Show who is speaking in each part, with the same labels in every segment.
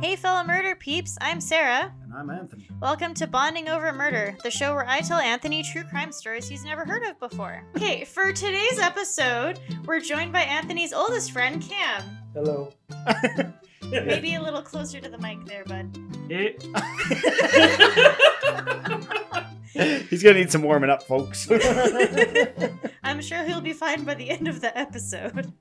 Speaker 1: Hey, fellow murder peeps, I'm Sarah.
Speaker 2: And I'm Anthony.
Speaker 1: Welcome to Bonding Over Murder, the show where I tell Anthony true crime stories he's never heard of before. Okay, for today's episode, we're joined by Anthony's oldest friend, Cam.
Speaker 3: Hello.
Speaker 1: Maybe a little closer to the mic there, bud.
Speaker 2: He's gonna need some warming up, folks.
Speaker 1: I'm sure he'll be fine by the end of the episode.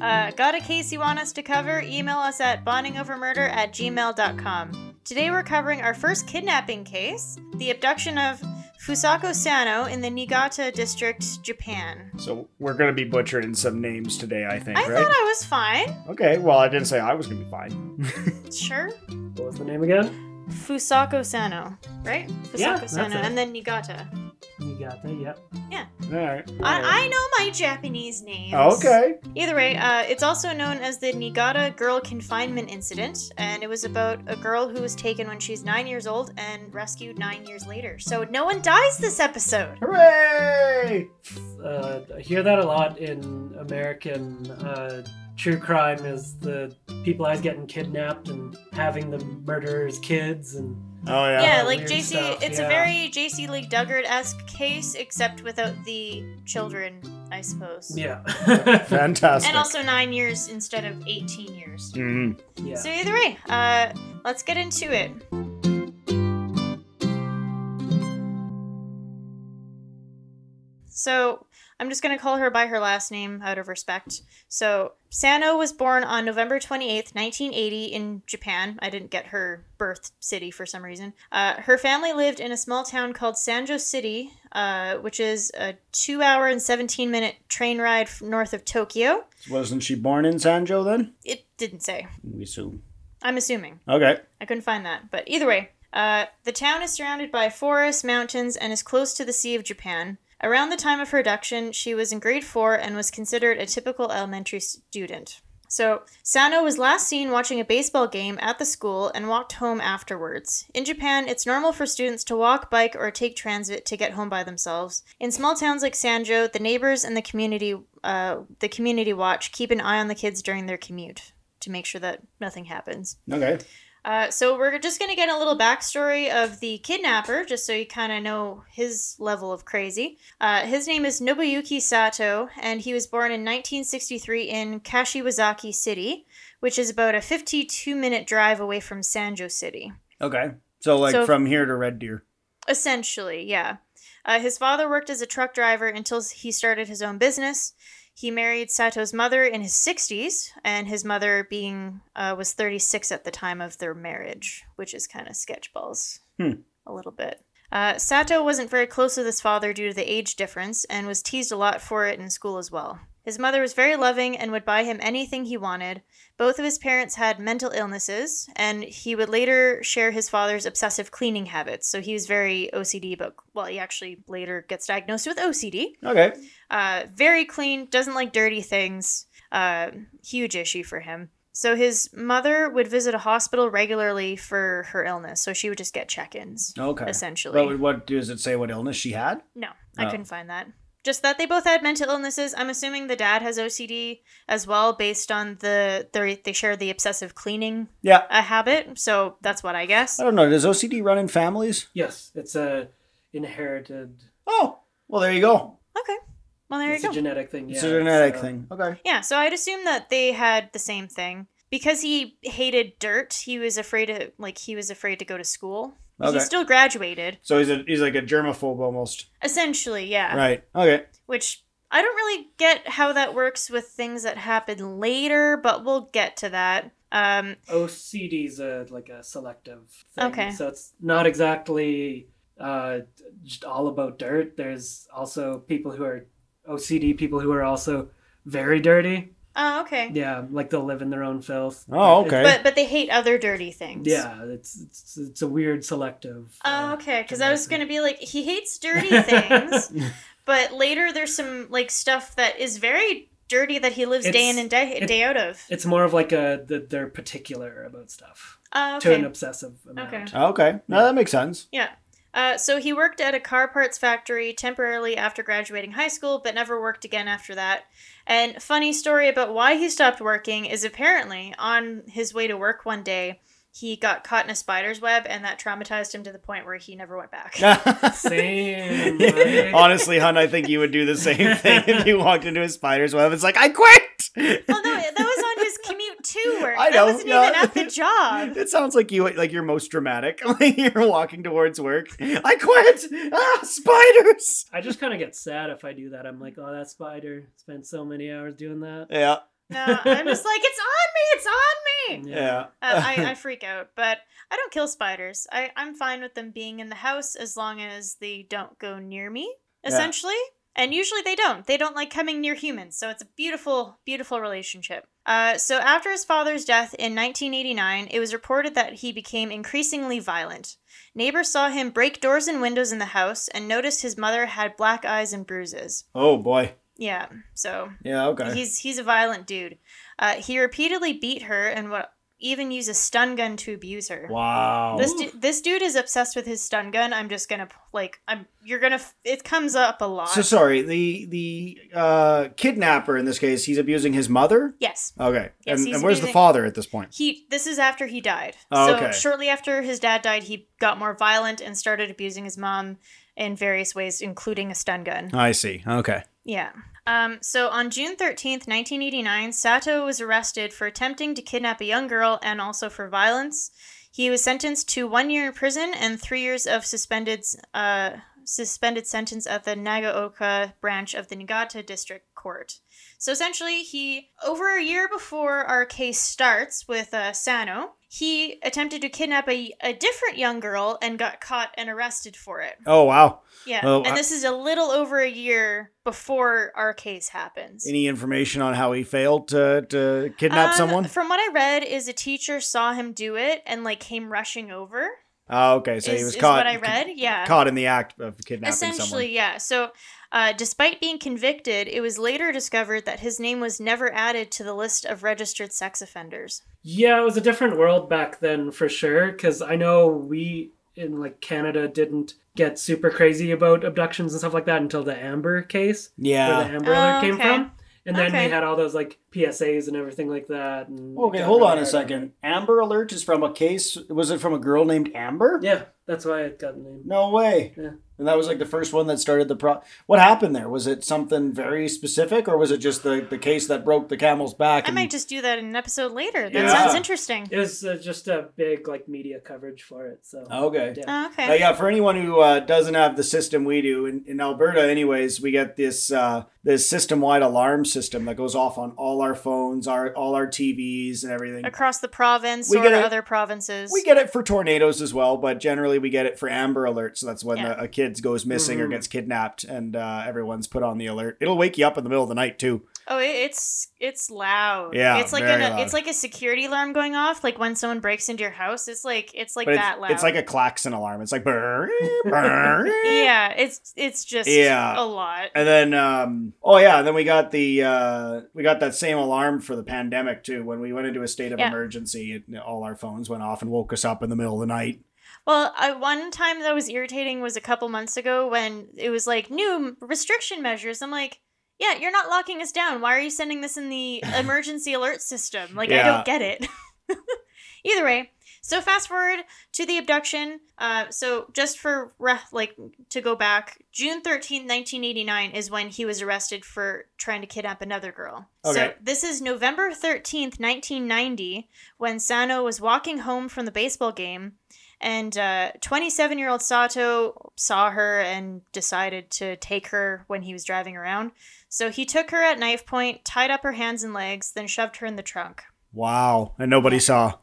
Speaker 1: Uh, got a case you want us to cover? Email us at bondingovermurder at gmail.com. Today we're covering our first kidnapping case the abduction of Fusako Sano in the Niigata district, Japan.
Speaker 2: so we're gonna be butchering some names today, I think,
Speaker 1: I
Speaker 2: right?
Speaker 1: thought I was fine.
Speaker 2: Okay, well I didn't say I was gonna be fine.
Speaker 1: Sure.
Speaker 3: What was the name again?
Speaker 1: Fusako Sano, right? Fusako
Speaker 3: Yeah, that's
Speaker 1: Sano,
Speaker 3: it.
Speaker 1: and then Niigata.
Speaker 3: You got that, yep.
Speaker 2: Alright.
Speaker 1: I, I know my Japanese names.
Speaker 3: Oh,
Speaker 2: Okay.
Speaker 1: Either way, uh, it's also known as the Niigata Girl Confinement Incident, and it was about a girl who was taken when she's nine years old and rescued nine years later. So no one dies this episode.
Speaker 2: Hooray!
Speaker 3: Uh, I hear that a lot in American uh, true crime is the people always getting kidnapped and having the murderers' kids and
Speaker 2: Oh yeah.
Speaker 1: Yeah,
Speaker 3: Oh,
Speaker 1: like
Speaker 3: weird
Speaker 1: JC,
Speaker 3: stuff,
Speaker 1: it's a
Speaker 3: yeah.
Speaker 1: very JC Lee Duggard esque case, except without the children, I suppose.
Speaker 3: yeah.
Speaker 2: Fantastic.
Speaker 1: And also nine years instead of 18 years.
Speaker 2: Mhm.
Speaker 3: yeah.
Speaker 1: So either way, uh, let's get into it. So I'm just gonna call her by her last name out of respect. So Sano was born on November 28th, 1980, in Japan. I didn't get her birth city for some reason. Uh, her family lived in a small town called Sanjo City, uh, which is a two-hour and 17-minute train ride f- north of Tokyo.
Speaker 2: Wasn't she born in Sanjo then?
Speaker 1: It didn't say.
Speaker 2: We assume.
Speaker 1: I'm assuming.
Speaker 2: Okay.
Speaker 1: I couldn't find that. But either way, uh, the town is surrounded by forests, mountains, and is close to the Sea of Japan. Around the time of her abduction, she was in grade four and was considered a typical elementary student. So, Sano was last seen watching a baseball game at the school and walked home afterwards. In Japan, it's normal for students to walk, bike, or take transit to get home by themselves. In small towns like Sanjo, the neighbors and the community, uh, the community watch, keep an eye on the kids during their commute to make sure that nothing happens.
Speaker 2: Okay.
Speaker 1: Uh, so we're just gonna get a little backstory of the kidnapper, just so you kind of know his level of crazy. Uh, his name is Nobuyuki Sato, and he was born in 1963 in Kashiwazaki City, which is about a 52-minute drive away from Sanjo City.
Speaker 2: Okay. So like
Speaker 1: So-
Speaker 2: from here to Red Deer.
Speaker 1: Essentially, yeah. Uh, his father worked as a truck driver until he started his own business. He married Sato's mother in his 60s, and his mother being uh, was 36 at the time of their marriage, which is kind of sketchballs
Speaker 2: Hmm.
Speaker 1: a little bit. Uh, Sato wasn't very close with his father due to the age difference and was teased a lot for it in school as well. His mother was very loving and would buy him anything he wanted. Both of his parents had mental illnesses, and he would later share his father's obsessive cleaning habits. So he was very OCD, but well, he actually later gets diagnosed with OCD.
Speaker 2: Okay.
Speaker 1: Uh, very clean, doesn't like dirty things. Uh, huge issue for him. So his mother would visit a hospital regularly for her illness. So she would just get check ins,
Speaker 2: Okay.
Speaker 1: essentially.
Speaker 2: But what does it say what illness she had?
Speaker 1: No, I
Speaker 2: Oh.
Speaker 1: couldn't find that. Just that they both had mental illnesses. I'm assuming the dad has OCD as well, based on the they they share the obsessive cleaning
Speaker 2: Yeah.
Speaker 1: uh, habit. So that's what I guess.
Speaker 2: I
Speaker 3: Oh.
Speaker 2: don't know. Does OCD run in families?
Speaker 3: Yes, it's a inherited.
Speaker 2: Oh, well, there you go.
Speaker 1: Okay, well there
Speaker 3: it's
Speaker 1: you
Speaker 3: a
Speaker 1: go.
Speaker 3: genetic thing.
Speaker 2: It's
Speaker 3: yeah,
Speaker 2: a genetic
Speaker 3: uh,
Speaker 2: thing. Okay.
Speaker 1: Yeah, so I'd assume that they had the same thing because he hated dirt. He was afraid to like he was afraid to go to school.
Speaker 2: Okay.
Speaker 1: He still graduated,
Speaker 2: So he's a he's like a germaphobe almost.
Speaker 1: essentially. Yeah.
Speaker 2: Right. Okay.
Speaker 1: Which I don't really get how that works with things that happen later, but we'll get to that. Um,
Speaker 3: OCD's a like a selective thing.
Speaker 1: Okay.
Speaker 3: So it's not exactly uh, just all about dirt. There's also people who are OCD people who are also very dirty.
Speaker 1: oh, okay.
Speaker 3: Yeah, like they'll live in their own filth.
Speaker 2: Oh,
Speaker 3: It-
Speaker 2: okay.
Speaker 1: But but they hate other dirty things.
Speaker 3: yeah, it's, it's it's a weird selective.
Speaker 1: Oh,
Speaker 3: uh,
Speaker 1: okay. Because I was gonna
Speaker 3: genetic
Speaker 1: be like, he hates dirty things, but later there's some like stuff that is very dirty that he lives day in
Speaker 3: It's-
Speaker 1: and day,
Speaker 3: it-
Speaker 1: day out of.
Speaker 3: It's more of like a that they're particular about stuff
Speaker 1: Oh,
Speaker 3: to an
Speaker 1: okay.
Speaker 3: obsessive amount.
Speaker 1: Okay.
Speaker 2: okay. No, that makes sense.
Speaker 1: Uh, so he worked at a car parts factory temporarily after graduating high school, but never worked again after that. And funny story about why he stopped working is apparently on his way to work one day, he got caught in a spider's web, and that traumatized him to the point where he never went back.
Speaker 3: Same. right?
Speaker 2: Honestly, hun, I think you would do the same thing if you walked into a spider's web. It's like, I quit!
Speaker 1: Well, Oh, no, that was on his commute to work.
Speaker 2: I
Speaker 1: that
Speaker 2: know,
Speaker 1: wasn't
Speaker 2: yeah.
Speaker 1: even at the job.
Speaker 2: It sounds like you like you're most dramatic. Like you're walking towards work. I quit! Ah, spiders!
Speaker 3: I just kind of get sad if I do that. I'm like, oh, that spider spent so many hours doing that.
Speaker 2: Yeah,
Speaker 1: No, I'm just like, it's on me, it's on me.
Speaker 2: yeah.
Speaker 1: Uh, I, I freak out, but I don't kill spiders. I, I'm fine with them being in the house as long as they don't go near me,
Speaker 2: Yeah.
Speaker 1: essentially. And usually they don't. They don't like coming near humans. So it's a beautiful, beautiful relationship. Uh, so after his father's death in 1989, it was reported that he became increasingly violent. Neighbors saw him break doors and windows in the house and noticed his mother had black eyes and bruises.
Speaker 2: oh boy.
Speaker 1: Yeah, so
Speaker 2: Yeah, okay.
Speaker 1: He's he's a violent dude. Uh, he repeatedly beat her and would even use a stun gun to abuse her.
Speaker 2: Wow.
Speaker 1: This du- this dude is obsessed with his stun gun. I'm just gonna like I'm you're gonna f- it comes up a lot.
Speaker 2: so sorry, the the uh kidnapper in this case, he's abusing his mother?
Speaker 1: yes,
Speaker 2: Okay.
Speaker 1: Yes,
Speaker 2: and
Speaker 1: he's
Speaker 2: and where's the
Speaker 1: abusing-
Speaker 2: father at this point?
Speaker 1: he this is after he died.
Speaker 2: Oh,
Speaker 1: so
Speaker 2: okay.
Speaker 1: shortly after his dad died, he got more violent and started abusing his mom in various ways, including a stun gun.
Speaker 2: I see. Okay.
Speaker 1: Yeah. Um, so on June 13th, 1989, Sato was arrested for attempting to kidnap a young girl and also for violence. He was sentenced to one year in prison and three years of suspended uh, suspended sentence at the Nagaoka branch of the Niigata District Court. So essentially, he over a year before our case starts with uh, Sano, he attempted to kidnap a, a different young girl and got caught and arrested for it.
Speaker 2: Oh wow.
Speaker 1: Yeah,
Speaker 2: Oh,
Speaker 1: and
Speaker 2: I-
Speaker 1: this is a little over a year before our case happens.
Speaker 2: Any information on how he failed to to kidnap
Speaker 1: Um,
Speaker 2: someone?
Speaker 1: From what I read, is a teacher saw him do it and like came rushing over.
Speaker 2: Oh, okay. So
Speaker 1: is,
Speaker 2: he was
Speaker 1: is
Speaker 2: caught
Speaker 1: what I read. Yeah,
Speaker 2: caught in the act of kidnapping
Speaker 1: essentially, yeah. So, uh, despite being convicted, it was later discovered that his name was never added to the list of registered sex offenders.
Speaker 3: Yeah, it was a different world back then for sure. Because I know we in like Canada didn't get super crazy about abductions and stuff like that until the Amber case,
Speaker 2: someone. Yeah.
Speaker 3: where the Amber Alert
Speaker 1: Oh,
Speaker 3: came
Speaker 1: okay.
Speaker 3: from. And then
Speaker 1: Okay.
Speaker 3: we had all those like PSAs and everything like that. And
Speaker 2: Okay,
Speaker 3: got
Speaker 2: hold
Speaker 3: really
Speaker 2: on a
Speaker 3: hard
Speaker 2: second. Amber Alert is from a case. Was it from a girl named Amber?
Speaker 3: it. Yeah, that's why it got the name.
Speaker 2: No way.
Speaker 3: Yeah.
Speaker 2: And that was like the first one that started the pro. What happened there? Was it something very specific, or was it just the, the case that broke the camel's back?
Speaker 1: I
Speaker 2: and-
Speaker 1: might just do that in an episode later. That
Speaker 2: Yeah.
Speaker 1: sounds interesting.
Speaker 3: It was uh, just a big like media coverage for it. So
Speaker 2: Okay.
Speaker 3: Yeah.
Speaker 1: Oh,
Speaker 2: Uh,
Speaker 1: okay.
Speaker 2: yeah, for anyone who uh, doesn't have the system we do in, in Alberta, anyways, we get this uh, this system wide alarm system that goes off on all our phones, our all our TVs, and everything.
Speaker 1: Across the province
Speaker 2: We
Speaker 1: or
Speaker 2: get a-
Speaker 1: other provinces.
Speaker 2: We get it for tornadoes as well, but generally we get it for Amber Alert. So that's when
Speaker 1: Yeah.
Speaker 2: the, a kid goes missing or
Speaker 3: Mhm.
Speaker 2: gets kidnapped, and uh, everyone's put on the alert. It'll wake you up in the middle of the night too.
Speaker 1: Oh, it- it's it's loud.
Speaker 2: Yeah,
Speaker 1: it's like
Speaker 2: very
Speaker 1: an,
Speaker 2: loud.
Speaker 1: it's like a security alarm going off. Like when someone breaks into your house, it's like it's like
Speaker 2: but it's,
Speaker 1: that loud.
Speaker 2: it's like a klaxon alarm. It's like brr, brr.
Speaker 1: yeah. It's it's just
Speaker 2: Yeah.
Speaker 1: a lot.
Speaker 2: And then, um, oh yeah, then we got the uh, we got that same alarm for the pandemic too. When we went into a state of
Speaker 1: Yeah.
Speaker 2: emergency, it, all our phones went off and woke us up in the middle of the night.
Speaker 1: Well, I, one time that was irritating was a couple months ago when it was like new restriction measures. I'm like, yeah, you're not locking us down. Why are you sending this in the emergency alert system? Like, I
Speaker 2: Yeah.
Speaker 1: don't get it. Either way, so fast forward to the abduction. Uh, so just for re- like to go back, June 13th, 1989 is when he was arrested for trying to kidnap another girl. So
Speaker 2: Okay.
Speaker 1: this is November 13th, 1990, when Sano was walking home from the baseball game and uh, 27 year old Sato saw her and decided to take her when he was driving around. So he took her at knife point, tied up her hands and legs, then shoved her in the trunk.
Speaker 2: Wow, and nobody saw.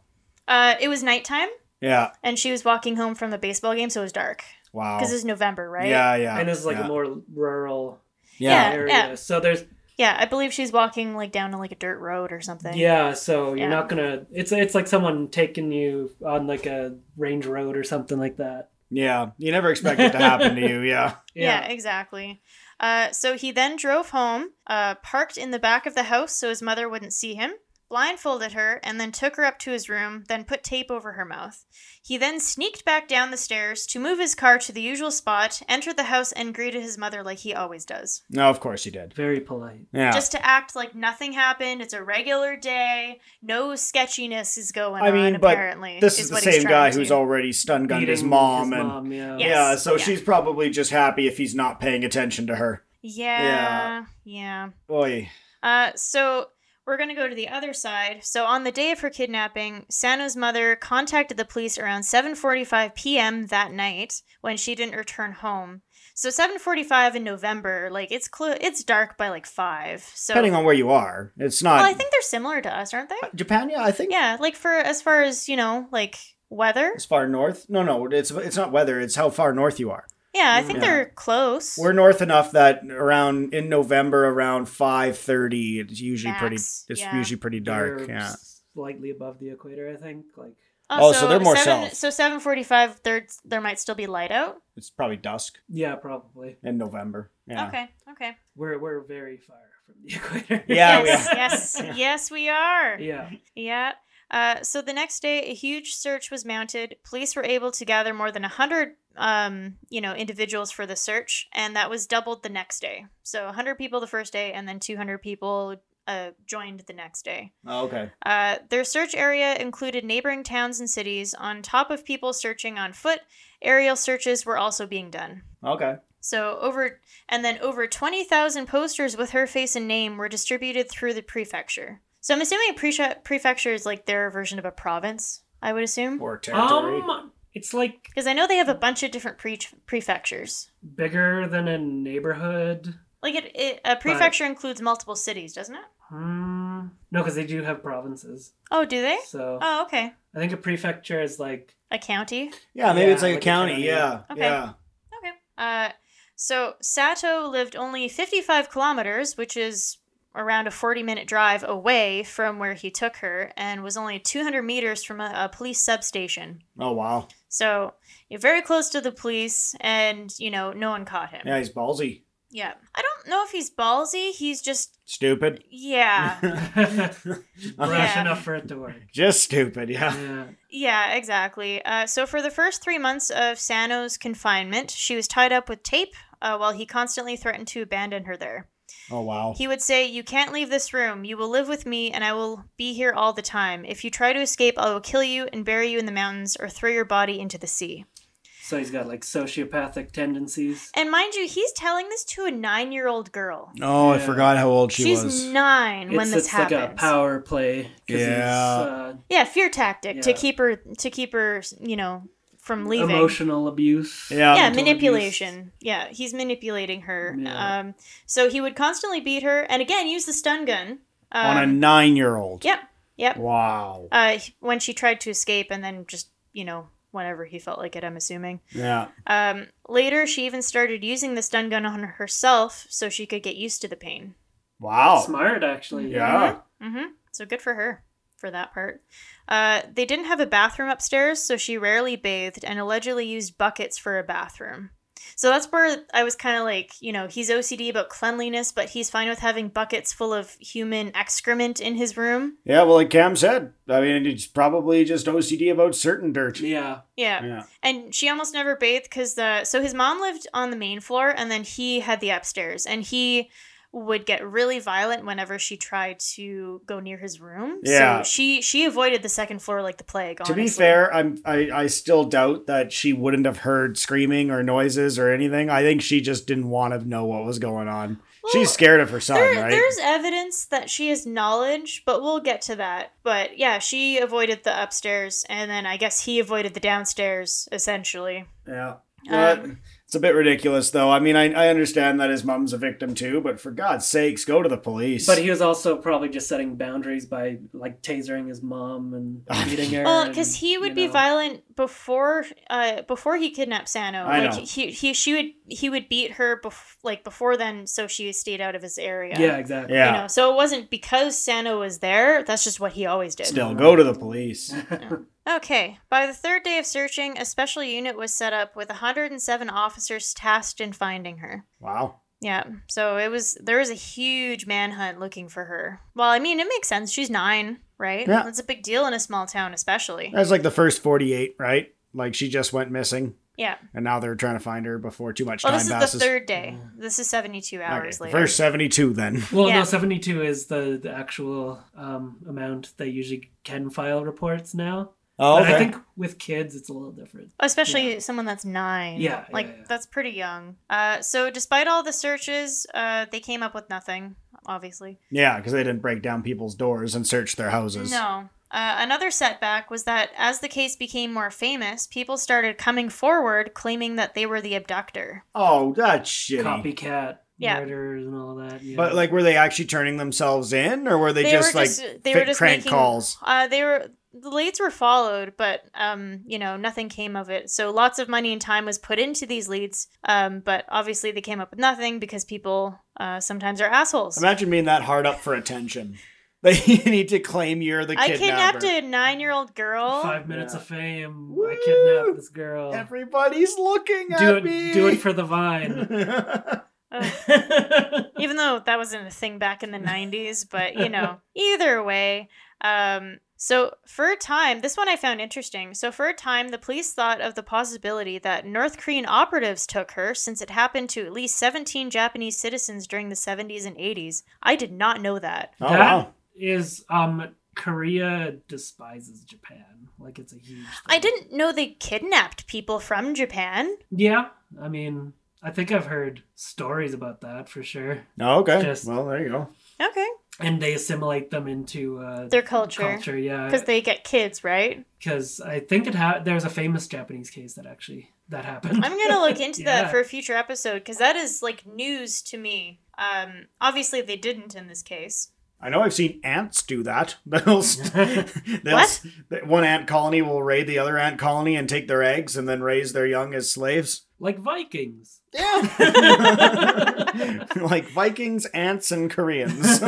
Speaker 1: Uh, it was nighttime,
Speaker 2: Yeah,
Speaker 1: and she was walking home from the baseball game, so it was dark.
Speaker 2: wow.
Speaker 1: Because it's November, right?
Speaker 2: Yeah, yeah,
Speaker 3: and it's like
Speaker 2: yeah.
Speaker 3: a more rural
Speaker 1: Ah. Yeah,
Speaker 3: area.
Speaker 1: yeah.
Speaker 3: So there's
Speaker 1: Yeah, I believe she's walking like down like a dirt road or something.
Speaker 3: Yeah, so
Speaker 1: Yeah.
Speaker 3: you're not gonna. It's it's like someone taking you on like a range road or something like that.
Speaker 2: yeah. You never expect it to happen to you. Yeah,
Speaker 1: Yeah, exactly. Uh, so he then drove home, uh, parked in the back of the house so his mother wouldn't see him, blindfolded her, and then took her up to his room, then put tape over her mouth. He then sneaked back down the stairs to move his car to the usual spot, entered the house, and greeted his mother like he always does.
Speaker 2: No, of course he did.
Speaker 3: Very polite.
Speaker 2: Yeah.
Speaker 1: Just to act like nothing happened. It's a regular day. No sketchiness is going
Speaker 2: I mean,
Speaker 1: on,
Speaker 2: but
Speaker 1: apparently.
Speaker 2: this
Speaker 1: is
Speaker 2: is the
Speaker 1: what he's
Speaker 2: same guy
Speaker 1: trying
Speaker 2: who's
Speaker 1: to.
Speaker 2: already stun gunned
Speaker 3: Beating
Speaker 2: his mom and
Speaker 3: yeah.
Speaker 1: Yes. Oh,
Speaker 2: yeah, so
Speaker 1: yeah.
Speaker 2: she's probably just happy if he's not paying attention to her.
Speaker 1: Yeah. Yeah.
Speaker 2: Boy,
Speaker 1: Uh, so we're going to go to the other side. So on the day of her kidnapping, Sano's mother contacted the police around 7:45 p.m. that night when she didn't return home. So 7:45 in November, like it's clo- it's dark by like 5. So
Speaker 2: depending Uh, on where you are, it's not
Speaker 1: Well, I think they're similar to us, aren't they?
Speaker 2: Japan. Yeah, I think
Speaker 1: Yeah, like for as far as, you know, like weather.
Speaker 2: it's far north. No, no, it's it's not weather. It's how far north you are.
Speaker 1: Yeah, I think
Speaker 2: Yeah.
Speaker 1: they're close.
Speaker 2: We're north enough that around in November around five thirty, it's usually pretty.
Speaker 1: Max,
Speaker 2: It's
Speaker 1: yeah.
Speaker 2: usually pretty dark.
Speaker 3: They're
Speaker 2: Yeah.
Speaker 3: Slightly above the equator, I think. Like
Speaker 2: Oh, so they're more
Speaker 1: seven,
Speaker 2: south.
Speaker 1: Uh, So 7:45 there there might still be light out.
Speaker 2: It's probably dusk
Speaker 3: yeah, probably.
Speaker 2: in November. Yeah.
Speaker 1: Okay. Okay.
Speaker 3: We're we're very far from the equator.
Speaker 2: Yeah, we
Speaker 1: yes, yes, yes, we are.
Speaker 3: yeah.
Speaker 1: Yeah. Uh, so the next day, a huge search was mounted. Police were able to gather more than 100, um, you know, individuals for the search, and that was doubled the next day. So 100 people the first day, and then 200 people uh, joined the next day.
Speaker 2: Oh, okay.
Speaker 1: Uh, their search area included neighboring towns and cities. On top of people searching on foot, aerial searches were also being done.
Speaker 2: Okay.
Speaker 1: So over and then over 20,000 posters with her face and name were distributed through the prefecture. So I'm assuming prefe- prefecture is like their version of a province, I would assume.
Speaker 2: Or territory.
Speaker 3: Um, it's like
Speaker 1: Because I know they have a bunch of different pre- prefectures.
Speaker 3: bigger than a neighborhood.
Speaker 1: Like it, it a prefecture includes multiple cities, doesn't it?
Speaker 3: Hmm. No, because they do have provinces.
Speaker 1: Oh, do they?
Speaker 3: So
Speaker 1: Oh, okay.
Speaker 3: I think a prefecture is like
Speaker 1: A county.
Speaker 2: yeah, maybe
Speaker 3: yeah,
Speaker 2: it's like,
Speaker 3: like
Speaker 2: a
Speaker 3: a
Speaker 2: county.
Speaker 3: county.
Speaker 2: Yeah.
Speaker 1: Okay.
Speaker 2: Yeah.
Speaker 1: Okay. Uh, so Sato lived only 55 kilometers, which is around a 40 minute drive away from where he took her, and was only 200 meters from a, a police substation.
Speaker 2: Oh wow.
Speaker 1: So you're very close to the police, and you know no one caught him.
Speaker 2: Yeah, he's ballsy.
Speaker 1: Yeah. I don't know if he's ballsy. He's just
Speaker 2: Stupid.
Speaker 1: yeah,
Speaker 3: rash enough for it to work.
Speaker 2: Just stupid. Yeah.
Speaker 3: Yeah.
Speaker 1: yeah, exactly. Uh, so for the first three months of Sano's confinement, she was tied up with tape uh, while he constantly threatened to abandon her there.
Speaker 2: Oh wow.
Speaker 1: He would say, "You can't leave this room. You will live with me, and I will be here all the time. If you try to escape, I will kill you and bury you in the mountains, or throw your body into the sea."
Speaker 3: So he's got like sociopathic tendencies.
Speaker 1: And mind you, he's telling this to a nine-year-old girl.
Speaker 2: Oh, I
Speaker 3: Yeah.
Speaker 2: forgot how old she
Speaker 1: She's
Speaker 2: was.
Speaker 1: nine when
Speaker 3: it's
Speaker 1: this
Speaker 3: it's like
Speaker 1: happens.
Speaker 3: a power play. 'cause he's,
Speaker 2: Yeah.
Speaker 3: uh,
Speaker 1: Yeah, fear tactic to
Speaker 3: Yeah.
Speaker 1: keep her to keep her, you know, from leaving.
Speaker 3: emotional abuse.
Speaker 2: Yeah.
Speaker 1: yeah,
Speaker 3: abuse.
Speaker 1: manipulation. Yeah, he's manipulating her.
Speaker 3: Yeah.
Speaker 1: Um, so he would constantly beat her, and again use the stun gun. Um,
Speaker 2: On a nine-year-old.
Speaker 1: Yep, yep.
Speaker 2: Wow.
Speaker 1: Uh, when she tried to escape, and then just you know, whenever he felt like it, I'm assuming.
Speaker 2: Yeah.
Speaker 1: Um, later, she even started using the stun gun on herself so she could get used to the pain.
Speaker 2: Wow.
Speaker 3: Smart, actually.
Speaker 2: Oh. Yeah.
Speaker 1: Mm-hmm. So good for her for that part. Uh, they didn't have a bathroom upstairs, so she rarely bathed and allegedly used buckets for a bathroom. So that's where I was kind of like, you know, he's OCD about cleanliness, but he's fine with having buckets full of human excrement in his room.
Speaker 2: Yeah. Well, like Cam said, I mean, it's probably just OCD about certain dirt.
Speaker 3: Yeah.
Speaker 1: Yeah.
Speaker 2: Yeah.
Speaker 1: And she almost never bathed because the. So his mom lived on the main floor and then he had the upstairs and he would get really violent whenever she tried to go near his room.
Speaker 2: Yeah.
Speaker 1: So she she avoided the second floor like the plague.
Speaker 2: To be
Speaker 1: honestly.
Speaker 2: fair, I'm I, I still doubt that she wouldn't have heard screaming or noises or anything. I think she just didn't want to know what was going on.
Speaker 1: Well,
Speaker 2: She's scared of her son,
Speaker 1: There,
Speaker 2: right?
Speaker 1: There's evidence that she has knowledge, but we'll get to that. But yeah, she avoided the upstairs, and then I guess he avoided the downstairs, essentially.
Speaker 2: Yeah.
Speaker 1: Um,
Speaker 2: Uh, it's a bit ridiculous, though. I mean, I, I understand that his mom's a victim too, but for God's sakes, go to the police.
Speaker 3: But he was also probably just setting boundaries by like tasering his mom and beating her.
Speaker 1: Well,
Speaker 3: and,
Speaker 1: because he would
Speaker 3: you
Speaker 1: be
Speaker 3: know.
Speaker 1: violent before, uh, before he kidnapped Sano.
Speaker 2: I
Speaker 1: like
Speaker 2: know.
Speaker 1: he, he, she would, he would beat her, bef- like before then, so she stayed out of his area.
Speaker 3: Yeah, exactly.
Speaker 1: You
Speaker 2: yeah.
Speaker 1: know, so it wasn't because Sano was there. That's just what he always did.
Speaker 2: Still, go to the police.
Speaker 1: Okay. By the third day of searching, a special unit was set up with 107 officers tasked in finding her.
Speaker 2: Wow.
Speaker 1: Yeah. So it was there was a huge manhunt looking for her. Well, I mean, it makes sense. She's nine, right?
Speaker 2: Yeah.
Speaker 1: That's a big deal in a small town, especially.
Speaker 2: That was like the first 48, right? Like she just went missing,
Speaker 1: Yeah.
Speaker 2: and now they're trying to find her before too much
Speaker 1: Well,
Speaker 2: time
Speaker 1: Oh, this is
Speaker 2: passes.
Speaker 1: the third day.
Speaker 3: Mm.
Speaker 1: This is seventy-two
Speaker 2: Okay,
Speaker 1: hours
Speaker 2: the
Speaker 1: later.
Speaker 2: First 72, then.
Speaker 3: Well,
Speaker 1: Yeah.
Speaker 3: no, 72 is the, the actual um, amount they usually can file reports now.
Speaker 2: Oh,
Speaker 3: But I think with kids, it's a little different.
Speaker 1: Especially someone that's nine.
Speaker 3: Yeah, yeah,
Speaker 1: Like,
Speaker 3: yeah.
Speaker 1: that's pretty young. Uh, so, despite all the searches, uh, they came up with nothing, obviously.
Speaker 2: yeah, because they didn't break down people's doors and search their houses.
Speaker 1: No. Uh, another setback was that as the case became more famous, people started coming forward claiming that they were the abductor.
Speaker 2: Oh, that's shitty.
Speaker 3: Copycat
Speaker 1: Yeah.
Speaker 3: murders and all that. Yeah.
Speaker 2: But like, were they actually turning themselves in, or were they, just like
Speaker 1: they
Speaker 2: fit
Speaker 1: were just
Speaker 2: crank
Speaker 1: making,
Speaker 2: calls?
Speaker 1: Uh, they were the leads were followed, but um, you know nothing came of it. So lots of money and time was put into these leads, um, but obviously they came up with nothing because people uh, sometimes are assholes.
Speaker 2: Imagine being that hard up for attention. They need to claim you're the
Speaker 1: I
Speaker 2: kidnapper.
Speaker 1: kidnapped a nine-year-old girl.
Speaker 3: Five minutes
Speaker 2: Yeah.
Speaker 3: of fame. I
Speaker 2: Woo!
Speaker 3: kidnapped this girl.
Speaker 2: Everybody's looking
Speaker 3: Oh. do
Speaker 2: at
Speaker 3: it.
Speaker 2: me. Oh,
Speaker 3: Do it for the vine.
Speaker 1: Ugh. even though that wasn't a thing back in the 90s but you know either way um so for a time this one i found interesting so for a time the police thought of the possibility that north korean operatives took her since it happened to at least 17 japanese citizens during the 70s and 80s i did not know that
Speaker 2: oh
Speaker 3: That
Speaker 2: wow.
Speaker 3: is um Korea despises Japan. Like it's a huge. Thing.
Speaker 1: i didn't know they kidnapped people from japan
Speaker 3: Yeah, I mean, I think I've heard stories about that for sure.
Speaker 2: Oh, okay.
Speaker 3: Just-
Speaker 2: well, there you go.
Speaker 1: okay
Speaker 3: And they assimilate them into uh,
Speaker 1: their culture
Speaker 3: yeah.
Speaker 1: because they get kids right
Speaker 3: Because I think it ha- there's a famous Japanese case that actually that happened.
Speaker 1: I'm gonna look into
Speaker 3: Yeah.
Speaker 1: that for a future episode because that is like news to me. Um, obviously they didn't in this case.
Speaker 2: I know I've seen ants do that. They'll, st- they'll
Speaker 1: What?
Speaker 2: th- one ant colony will raid the other ant colony and take their eggs and then raise their young as slaves.
Speaker 3: like Vikings.
Speaker 2: like Vikings, ants, and Koreans.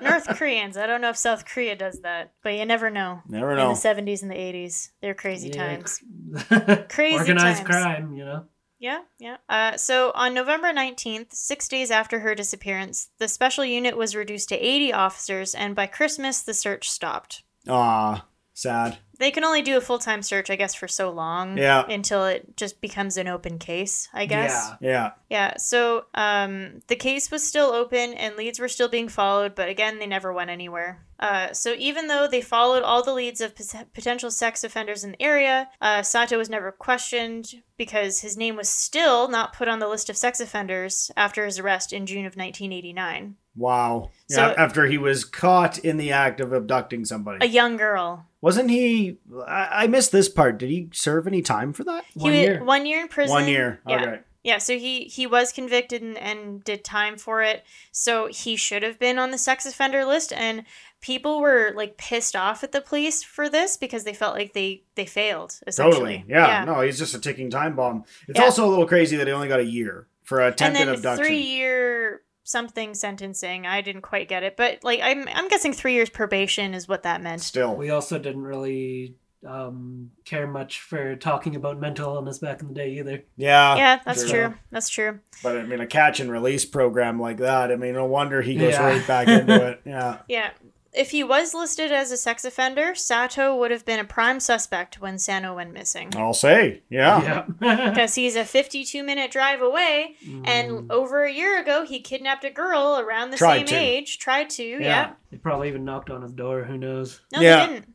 Speaker 1: North Koreans. I don't know if South Korea does that, but you never know.
Speaker 2: Never
Speaker 1: In
Speaker 2: know.
Speaker 1: the 70s and the 80s, they're crazy
Speaker 3: Yeah,
Speaker 1: times.
Speaker 3: cr-
Speaker 1: Crazy
Speaker 3: Organized
Speaker 1: times.
Speaker 3: crime, you know.
Speaker 1: Yeah, yeah. Uh, so on November 19th, six days after her disappearance, the special unit was reduced to 80 officers, and by Christmas, the search stopped.
Speaker 2: Ah, sad.
Speaker 1: They can only do a full time search, I guess, for so long.
Speaker 2: Yeah.
Speaker 1: Until it just becomes an open case, I guess.
Speaker 3: Yeah.
Speaker 2: Yeah.
Speaker 1: Yeah, so um, the case was still open and leads were still being followed, but again, they never went anywhere. Uh, so even though they followed all the leads of pot- potential sex offenders in the area, uh, Sato was never questioned because his name was still not put on the list of sex offenders after his arrest in June of 1989.
Speaker 2: Wow.
Speaker 1: So-
Speaker 2: yeah, after he was caught in the act of abducting somebody.
Speaker 1: A young girl.
Speaker 2: Wasn't he? I, I missed this part. Did he serve any time for that?
Speaker 1: He
Speaker 3: One
Speaker 1: wa-
Speaker 3: year.
Speaker 1: One year in prison.
Speaker 2: One year.
Speaker 1: Yeah.
Speaker 2: Okay.
Speaker 1: Yeah, so he he was convicted and, and did time for it. So he should have been on the sex offender list and people were like pissed off at the police for this because they felt like they they failed essentially.
Speaker 2: Totally. Yeah. No, he's just a ticking time bomb. It's
Speaker 1: Yeah.
Speaker 2: also a little crazy that he only got a year for
Speaker 1: and
Speaker 2: attempted
Speaker 1: then
Speaker 2: abduction.
Speaker 1: 3 year something sentencing. I didn't quite get it, but like I'm I'm guessing 3 years probation is what that meant.
Speaker 2: Still.
Speaker 3: We also didn't really um, care much for talking about mental illness back in the day either.
Speaker 2: Yeah.
Speaker 1: yeah, that's
Speaker 3: sure.
Speaker 1: true. That's true.
Speaker 2: But I mean, a catch and release program like that. I mean, no wonder he goes
Speaker 3: Yeah.
Speaker 2: right back into it. Yeah.
Speaker 1: Yeah. If he was listed as a sex offender, Sato would have been a prime suspect when Sano went missing.
Speaker 2: I'll say. Yeah.
Speaker 3: Yeah. Mm.
Speaker 1: because he's a 52 minute drive away and over a year ago he kidnapped a girl around the
Speaker 2: Mm. Tried
Speaker 1: same
Speaker 2: to.
Speaker 1: age tried to yeah,
Speaker 3: They probably even knocked on his door. Who knows?
Speaker 1: no
Speaker 2: Yeah.
Speaker 1: they didn't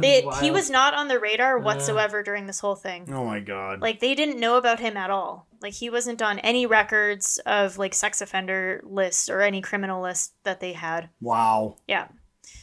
Speaker 1: they, he
Speaker 3: Wild.
Speaker 1: was not on the radar
Speaker 3: Uh.
Speaker 1: whatsoever during this whole thing
Speaker 2: Oh my god.
Speaker 1: like they didn't know about him at all like he wasn't on any records of like sex offender lists or any criminal list that they had
Speaker 2: wow.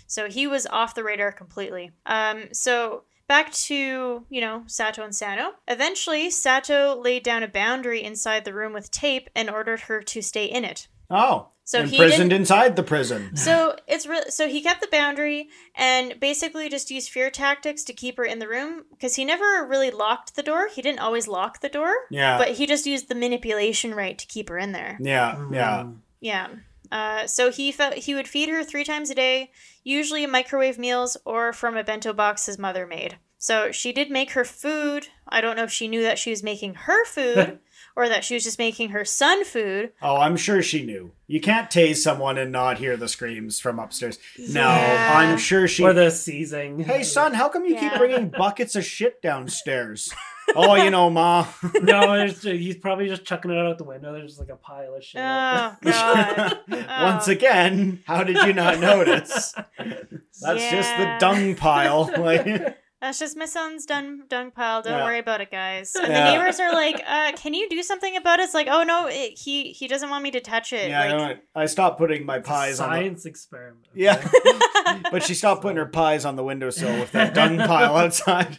Speaker 1: So he was off the radar completely. Um, so back to, you know, Sato and Sano. Eventually, Sato laid down a boundary inside the room with tape and ordered her to stay in it.
Speaker 2: Oh.
Speaker 1: So he
Speaker 2: imprisoned
Speaker 1: didn't-
Speaker 2: inside the prison.
Speaker 1: So it's re- so he kept the boundary and basically just used fear tactics to keep her in the room because he never really locked the door. He didn't always lock the door,
Speaker 2: Yeah.
Speaker 1: but he just used the manipulation right to keep her in there.
Speaker 2: yeah. Yeah.
Speaker 3: Mm.
Speaker 1: Yeah. Uh, so he fe- he would feed her three times a day, usually microwave meals or from a bento box his mother made. So she did make her food. I don't know if she knew that she was making her food or that she was just making her son food.
Speaker 2: Oh, I'm sure she knew. You can't tase someone and not hear the screams from upstairs. No,
Speaker 1: Yeah.
Speaker 2: I'm sure she.
Speaker 3: or the seizing.
Speaker 2: hey, son, how come you keep
Speaker 1: Yeah.
Speaker 2: bringing buckets of shit downstairs? oh, you know, ma.
Speaker 3: no, there's, he's probably just chucking it out the window. There's just like a pile of shit.
Speaker 1: Oh god. Oh.
Speaker 2: Once again, how did you not notice? That's just the
Speaker 1: Yeah.
Speaker 2: dung pile. Like,
Speaker 1: That's just my son's done dung pile. Don't
Speaker 2: Yeah.
Speaker 1: worry about it, guys. And
Speaker 2: Yeah.
Speaker 1: the neighbors are like, uh, "Can you do something about it?" It's like, "Oh no, it, he he doesn't want me to touch it."
Speaker 2: yeah, I
Speaker 1: like,
Speaker 2: know it. I stopped putting
Speaker 1: Ah.
Speaker 2: my
Speaker 3: It's a
Speaker 2: pies on. The,
Speaker 3: science experiment.
Speaker 2: yeah, but she stopped putting her pies on the windowsill with that dung pile outside.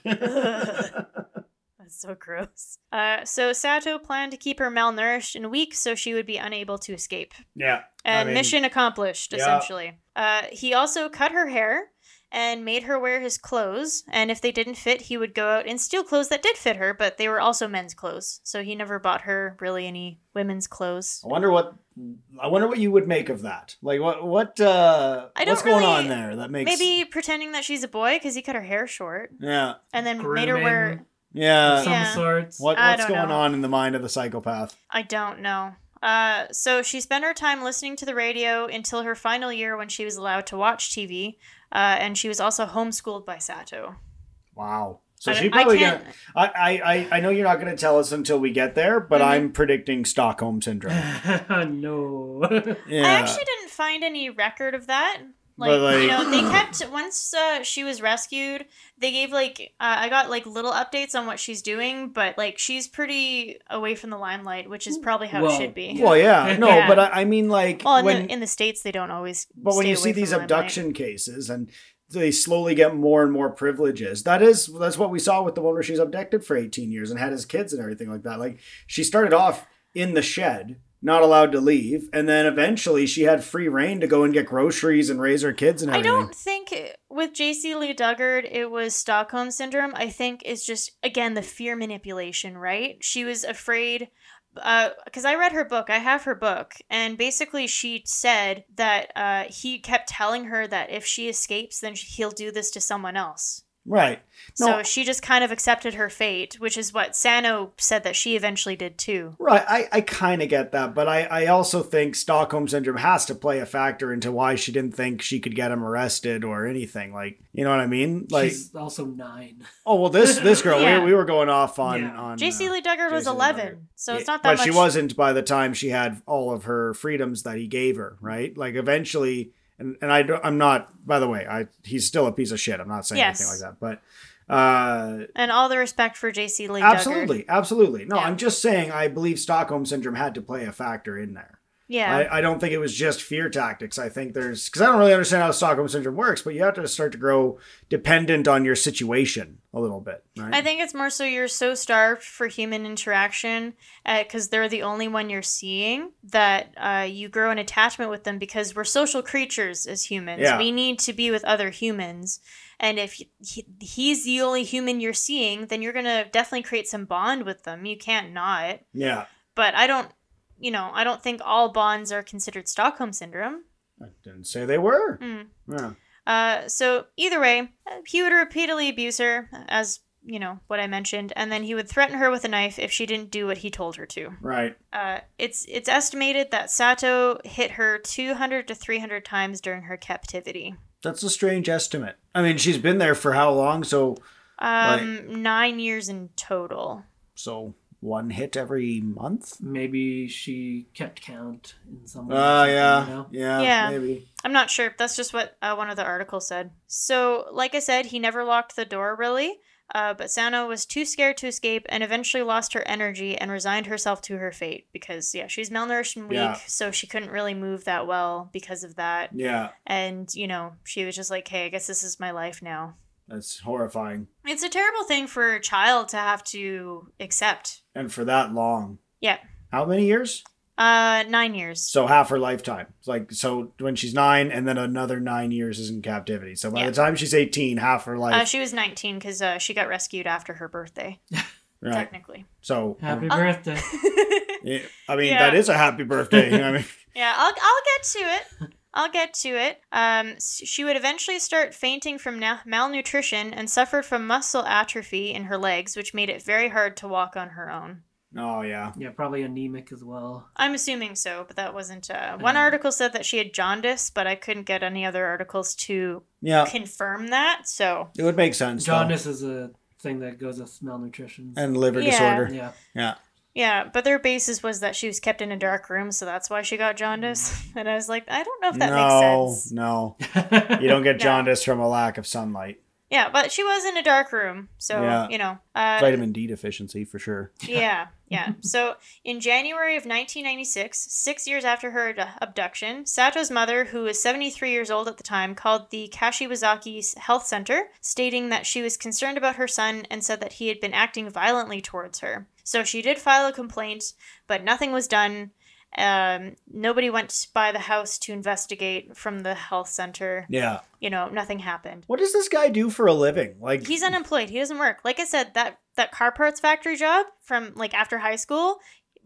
Speaker 2: Uh,
Speaker 1: That's so gross. Uh, so Sato planned to keep her malnourished and weak so she would be unable to escape.
Speaker 2: yeah, I
Speaker 1: And
Speaker 2: mean-
Speaker 1: mission accomplished,
Speaker 2: Yeah.
Speaker 1: essentially. Uh, he also cut her hair and made her wear his clothes. And if they didn't fit, he would go out and steal clothes that did fit her, but they were also men's clothes. So he never bought her really any women's clothes.
Speaker 2: I wonder what. I wonder what you would make of that. Like, what what uh,
Speaker 1: I don't
Speaker 2: what's going
Speaker 1: really-
Speaker 2: on there? That makes
Speaker 1: Maybe pretending that she's a boy because he cut her hair short
Speaker 2: yeah
Speaker 1: and then made her wear.
Speaker 3: Grooming
Speaker 2: yeah.
Speaker 3: of some
Speaker 1: Yeah.
Speaker 3: sorts.
Speaker 2: What
Speaker 1: I
Speaker 2: what's
Speaker 1: don't
Speaker 2: going
Speaker 1: know.
Speaker 2: on in the mind of the psychopath?
Speaker 1: I don't know. Uh, so she spent her time listening to the radio until her final year when she was allowed to watch TV, uh, and she was also homeschooled by Sato.
Speaker 2: Wow. So
Speaker 1: I
Speaker 2: she
Speaker 1: don't-
Speaker 2: probably
Speaker 1: I
Speaker 2: got.
Speaker 1: can't.
Speaker 2: I, I I- I know you're not going to tell us until we get there, but
Speaker 1: Mhm.
Speaker 2: I'm predicting Stockholm syndrome.
Speaker 3: no.
Speaker 2: Yeah.
Speaker 1: I actually didn't find any record of that. Like,
Speaker 2: But,
Speaker 1: you
Speaker 2: like-
Speaker 1: know, they kept once uh, she was rescued. They gave like uh, I got like little updates on what she's doing, but like she's pretty away from the limelight, which is probably how
Speaker 3: Well,
Speaker 1: it should be.
Speaker 2: Well, yeah, no,
Speaker 1: Yeah.
Speaker 2: but I, I mean, like
Speaker 1: Well, in,
Speaker 2: when
Speaker 1: the, in the states, they don't always.
Speaker 2: but when
Speaker 1: stay
Speaker 2: you see
Speaker 1: away from
Speaker 2: these
Speaker 1: limelight.
Speaker 2: abduction cases and they slowly get more and more privileges. That is that's what we saw with the one where she's abducted for 18 years and had his kids and everything like that. Like she started off in the shed, not allowed to leave, and then eventually she had free reign to go and get groceries and raise her kids and
Speaker 1: I
Speaker 2: everything.
Speaker 1: don't think it- with J.C. Lee Duggard it was Stockholm syndrome. I think it's just again the fear manipulation, right? She was afraid because I read her book. I have her book, and basically she said that uh, he kept telling her that if she escapes, then she- he'll do this to someone else.
Speaker 2: Right. No.
Speaker 1: So she just kind of accepted her fate, which is what Sano said that she eventually did too.
Speaker 2: Right, I, I kind of get that, but I, I also think Stockholm syndrome has to play a factor into why she didn't think she could get him arrested or anything. Like, you know what I mean? Like,
Speaker 3: She's also nine.
Speaker 2: oh well, this this girl,
Speaker 1: Yeah.
Speaker 2: we, we were going off on
Speaker 3: Yeah.
Speaker 2: on
Speaker 1: J.C.
Speaker 2: uh,
Speaker 1: Lee Duggard was
Speaker 2: J.C. Lee Duggard.
Speaker 1: 11, so it's
Speaker 2: Yeah,
Speaker 1: not that
Speaker 2: but
Speaker 1: much.
Speaker 2: she wasn't by the time she had all of her freedoms that he gave her, right? Like eventually, and, and I don't, I'm not. By the way, I he's still a piece of shit. I'm not saying
Speaker 1: Yes.
Speaker 2: anything like that, but uh,
Speaker 1: And all the respect for J.C. Lee Duggard.
Speaker 2: absolutely, absolutely. No,
Speaker 1: Yeah.
Speaker 2: I'm just saying I believe Stockholm syndrome had to play a factor in there.
Speaker 1: Yeah.
Speaker 2: I, I don't think it was just fear tactics. I think there's because I don't really understand how Stockholm syndrome works, but you have to start to grow dependent on your situation a little bit, right?
Speaker 1: I think it's more so you're so starved for human interaction because they're the only one you're seeing that uh, you grow an attachment with them because we're social creatures as humans.
Speaker 2: Yeah.
Speaker 1: We need to be with other humans. And if he, he's the only human you're seeing, then you're going to definitely create some bond with them. You can't not.
Speaker 2: yeah.
Speaker 1: But I don't, you know, I don't think all bonds are considered Stockholm syndrome.
Speaker 2: I didn't say they were.
Speaker 1: Mm.
Speaker 2: Yeah.
Speaker 1: Uh, so either way, uh, he would repeatedly abuse her, as you know what I mentioned, and then he would threaten her with a knife if she didn't do what he told her to.
Speaker 2: Right.
Speaker 1: Uh, it's it's estimated that Sato hit her 200 to 300 times during her captivity.
Speaker 2: That's a strange estimate. I mean, she's been there for how long? So
Speaker 1: Um, nine years in total.
Speaker 2: so one hit every month?
Speaker 3: Maybe she kept count in some way. or
Speaker 2: Uh
Speaker 3: something,
Speaker 2: yeah.
Speaker 3: you know?
Speaker 2: yeah.
Speaker 1: Yeah.
Speaker 2: Maybe.
Speaker 1: I'm not sure. That's just what uh, one of the articles said. So, like I said, he never locked the door really, uh, but Sano was too scared to escape and eventually lost her energy and resigned herself to her fate because, yeah, she was malnourished and weak,
Speaker 2: Yeah.
Speaker 1: so she couldn't really move that well because of that.
Speaker 2: Yeah.
Speaker 1: And, you know, she was just like, hey, I guess this is my life now.
Speaker 2: That's horrifying.
Speaker 1: It's a terrible thing for a child to have to accept.
Speaker 2: And for that long.
Speaker 1: Yeah.
Speaker 2: How many years?
Speaker 1: Uh, nine years.
Speaker 2: So half her lifetime. It's Like so when she's nine and then another nine years is in captivity. So by
Speaker 1: Yeah.
Speaker 2: the time she's eighteen, half her life.
Speaker 1: Uh, she was 19 because uh, she got rescued after her birthday,
Speaker 2: right.
Speaker 1: technically.
Speaker 2: So
Speaker 3: Happy
Speaker 1: Uh,
Speaker 3: birthday.
Speaker 2: yeah, I mean
Speaker 1: Yeah.
Speaker 2: that is a happy birthday. I mean
Speaker 1: Yeah, I'll, I'll get to it. I'll get to it. Um, s- she would eventually start fainting from na- malnutrition and suffered from muscle atrophy in her legs, which made it very hard to walk on her own.
Speaker 2: Oh yeah.
Speaker 3: Yeah, probably anemic as well.
Speaker 1: I'm assuming so, but that wasn't. Uh, one article said that she had jaundice, but I couldn't get any other articles to
Speaker 2: Yeah.
Speaker 1: confirm that. So
Speaker 2: It would make sense. though.
Speaker 3: Jaundice is a thing that goes with malnutrition.
Speaker 2: and liver
Speaker 1: Yeah.
Speaker 2: disorder.
Speaker 3: yeah,
Speaker 2: Yeah.
Speaker 1: yeah, but their basis was that she was kept in a dark room, so that's why she got jaundice. And I was like, I don't know if that
Speaker 2: Mm. no,
Speaker 1: makes sense.
Speaker 2: no. You don't get
Speaker 1: No.
Speaker 2: jaundice from a lack of sunlight.
Speaker 1: Yeah, but she was in a dark room, so
Speaker 2: Yeah.
Speaker 1: you know. Uh,
Speaker 2: Vitamin D deficiency for sure.
Speaker 1: Yeah, yeah. So in January of 1996, six years after her ad- abduction, Sato's mother, who was 73 years old at the time, called the Kashiwazaki S- Health Center, stating that she was concerned about her son and said that he had been acting violently towards her. So she did file a complaint, but nothing was done. Um, nobody went by the house to investigate from the health center.
Speaker 2: Yeah.
Speaker 1: You know, nothing happened.
Speaker 2: What does this guy do for a living? Like
Speaker 1: He's unemployed. He doesn't work. Like I said, that that car parts factory job from like after high school,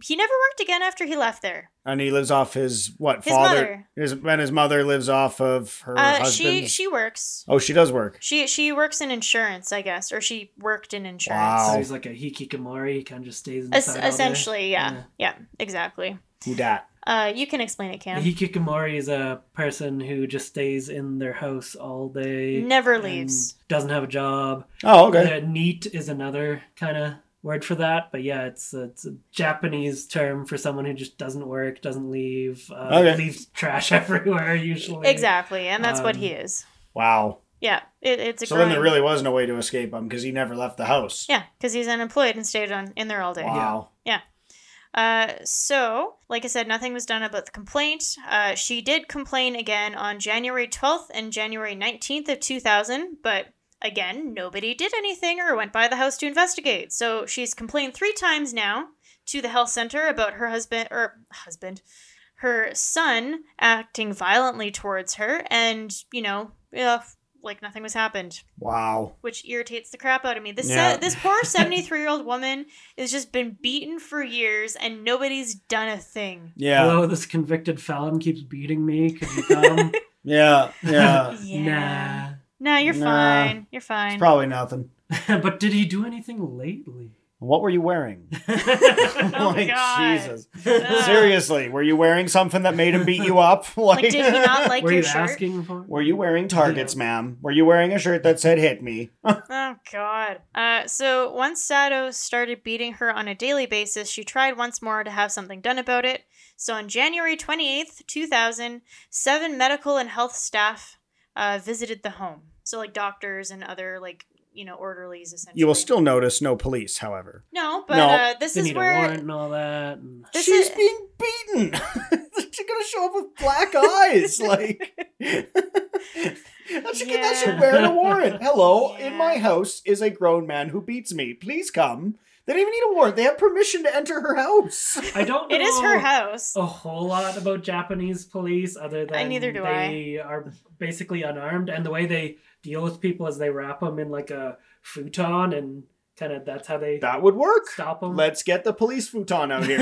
Speaker 1: he never worked again after he left there.
Speaker 2: and he lives off his what
Speaker 1: His
Speaker 2: father his and his mother lives off of her
Speaker 1: Uh, she
Speaker 2: husband's
Speaker 1: she works.
Speaker 2: Oh, she does work.
Speaker 1: She she works in insurance, I guess, or she worked in insurance.
Speaker 2: Wow.
Speaker 3: so he's like a hikikomori. He kind of just stays
Speaker 1: Es-
Speaker 3: inside. all day.
Speaker 1: essentially, yeah. yeah, exactly.
Speaker 2: Who dat?
Speaker 1: Uh, you can explain it,
Speaker 3: A
Speaker 1: Cam.
Speaker 3: hikikomori is a person who just stays in their house all day.
Speaker 1: Never
Speaker 3: and
Speaker 1: leaves.
Speaker 3: Doesn't have a job.
Speaker 2: Oh, okay.
Speaker 3: Uh, neat is another kind of word for that, but yeah, it's it's a Japanese term for someone who just doesn't work, doesn't leave, uh,
Speaker 2: Okay.
Speaker 3: leaves trash everywhere usually.
Speaker 1: Exactly, and that's what
Speaker 3: Um,
Speaker 1: he is.
Speaker 2: Wow.
Speaker 1: Yeah, it, it's a.
Speaker 2: So then
Speaker 1: grind.
Speaker 2: there really was no way to escape him because he never left the house.
Speaker 1: Yeah, because he's unemployed and stayed on in there all day.
Speaker 2: Wow.
Speaker 1: Uh, so, like I said, nothing was done about the complaint. Uh, she did complain again on January 12th and January 19th of 2000, but again, nobody did anything or went by the house to investigate. So she's complained three times now to the health center about her husband or husband, her son acting violently towards her, and you know, yeah, like nothing was happened
Speaker 2: Wow.
Speaker 1: which irritates the crap out of me. This se-
Speaker 2: Yeah.
Speaker 1: this poor 73 year old woman has just been beaten for years and nobody's done a thing.
Speaker 2: Yeah.
Speaker 3: Hello, this convicted felon keeps beating me. Could you come?
Speaker 2: Yeah. Yeah.
Speaker 1: Yeah.
Speaker 3: Nah.
Speaker 1: No, you're
Speaker 2: Uh, Nah.
Speaker 1: fine. You're
Speaker 2: it's
Speaker 1: fine.
Speaker 2: probably nothing.
Speaker 3: but did he do anything lately?
Speaker 2: What were you wearing?
Speaker 1: Oh my God.
Speaker 2: Jesus.
Speaker 1: Ugh.
Speaker 2: Seriously, were you wearing something that made him beat you up? Like,
Speaker 1: like, did he not like
Speaker 3: Were
Speaker 1: your
Speaker 3: you
Speaker 1: shirt?
Speaker 3: asking for?
Speaker 2: Were you wearing targets, ma'am? Were you wearing a shirt that said "hit me"?
Speaker 1: Oh God. Uh, so once Sato started beating her on a daily basis, she tried once more to have something done about it. So on January 28th, 2000, seven medical and health staff uh, visited the home. So like doctors and other like you know orderlies essentially.
Speaker 2: You will still notice no police, however.
Speaker 1: No, but
Speaker 2: No.
Speaker 1: uh, this
Speaker 3: They
Speaker 1: is
Speaker 3: need a
Speaker 1: where
Speaker 3: warrant and all that. and-
Speaker 1: This
Speaker 2: She's
Speaker 1: is-
Speaker 2: being beaten. She's gonna show up with black eyes. Like that should that should
Speaker 1: Yeah.
Speaker 2: wear a warrant. Hello, in
Speaker 1: Yeah.
Speaker 2: my house is a grown man who beats me. Please come. They don't even need a warrant. They have permission to enter her house.
Speaker 3: I don't. Know
Speaker 1: it is her house.
Speaker 3: A whole lot about Japanese police, other than
Speaker 1: neither do
Speaker 3: they are basically unarmed, and the way they deal with people is they wrap them in like a futon, and kind of that's how they
Speaker 2: That would work.
Speaker 3: stop them.
Speaker 2: Let's get the police futon out here.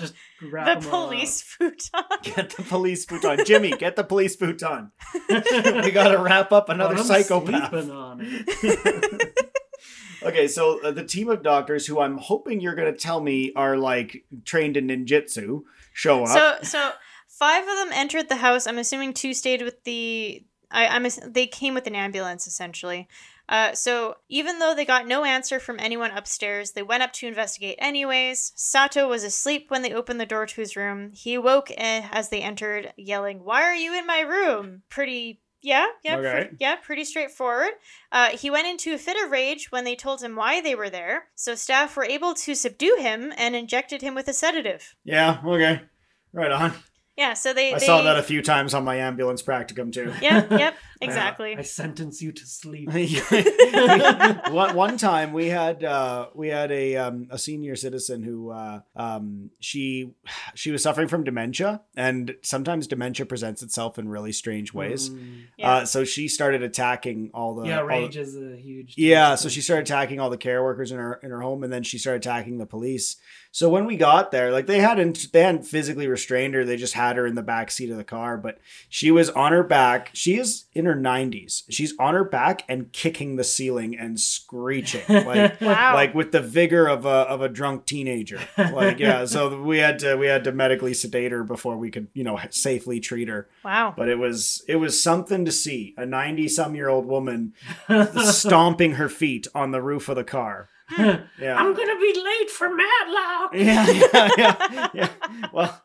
Speaker 3: Just wrap
Speaker 1: The
Speaker 3: 'em all up.
Speaker 1: police futon.
Speaker 2: Get the police futon. Jimmy, get the police futon. We
Speaker 3: But
Speaker 2: gotta wrap up another
Speaker 3: I'm
Speaker 2: psychopath.
Speaker 3: sleeping on it.
Speaker 2: Okay, so uh, the team of doctors who I'm hoping you're going to tell me are like trained in ninjutsu show up.
Speaker 1: So so five of them entered the house. I'm assuming two stayed with the. I, I'm ass- they came with an ambulance essentially. Uh, so even though they got no answer from anyone upstairs, they went up to investigate anyways. Sato was asleep when they opened the door to his room. He awoke eh, as they entered, yelling, "Why are you in my room?" Pretty. Yeah, yeah,
Speaker 2: Okay.
Speaker 1: pretty, yeah, pretty straightforward. Uh, he went into a fit of rage when they told him why they were there, so staff were able to subdue him and injected him with a sedative.
Speaker 2: yeah, okay. Right on.
Speaker 1: Yeah, so they.
Speaker 2: I
Speaker 1: they,
Speaker 2: saw that a few times on my ambulance practicum too.
Speaker 1: Yep, yep. Exactly.
Speaker 3: I sentence you to sleep.
Speaker 2: one, one time we had uh, we had a um, a senior citizen who uh, um, she she was suffering from dementia and sometimes dementia presents itself in really strange ways.
Speaker 3: Mm.
Speaker 1: Yeah.
Speaker 2: Uh, so she started attacking all the
Speaker 3: yeah,
Speaker 2: all the-
Speaker 3: rage is a huge.
Speaker 2: yeah, so she started attacking all the care workers in her in her home, and then she started attacking the police. So when we got there, like they hadn't they hadn't physically restrained her; they just had her in the back seat of the car. But she was on her back. She is in her nineties. She's on her back and kicking the ceiling and screeching like
Speaker 1: Wow.
Speaker 2: like with the vigor of a of a drunk teenager. Like yeah, so we had to we had to medically sedate her before we could you know safely treat her.
Speaker 1: wow.
Speaker 2: But it was it was something to see a ninety some year old woman stomping her feet on the roof of the car.
Speaker 1: Hmm.
Speaker 2: Yeah.
Speaker 3: I'm gonna be late for Matlock.
Speaker 2: yeah, yeah, yeah, yeah. Well,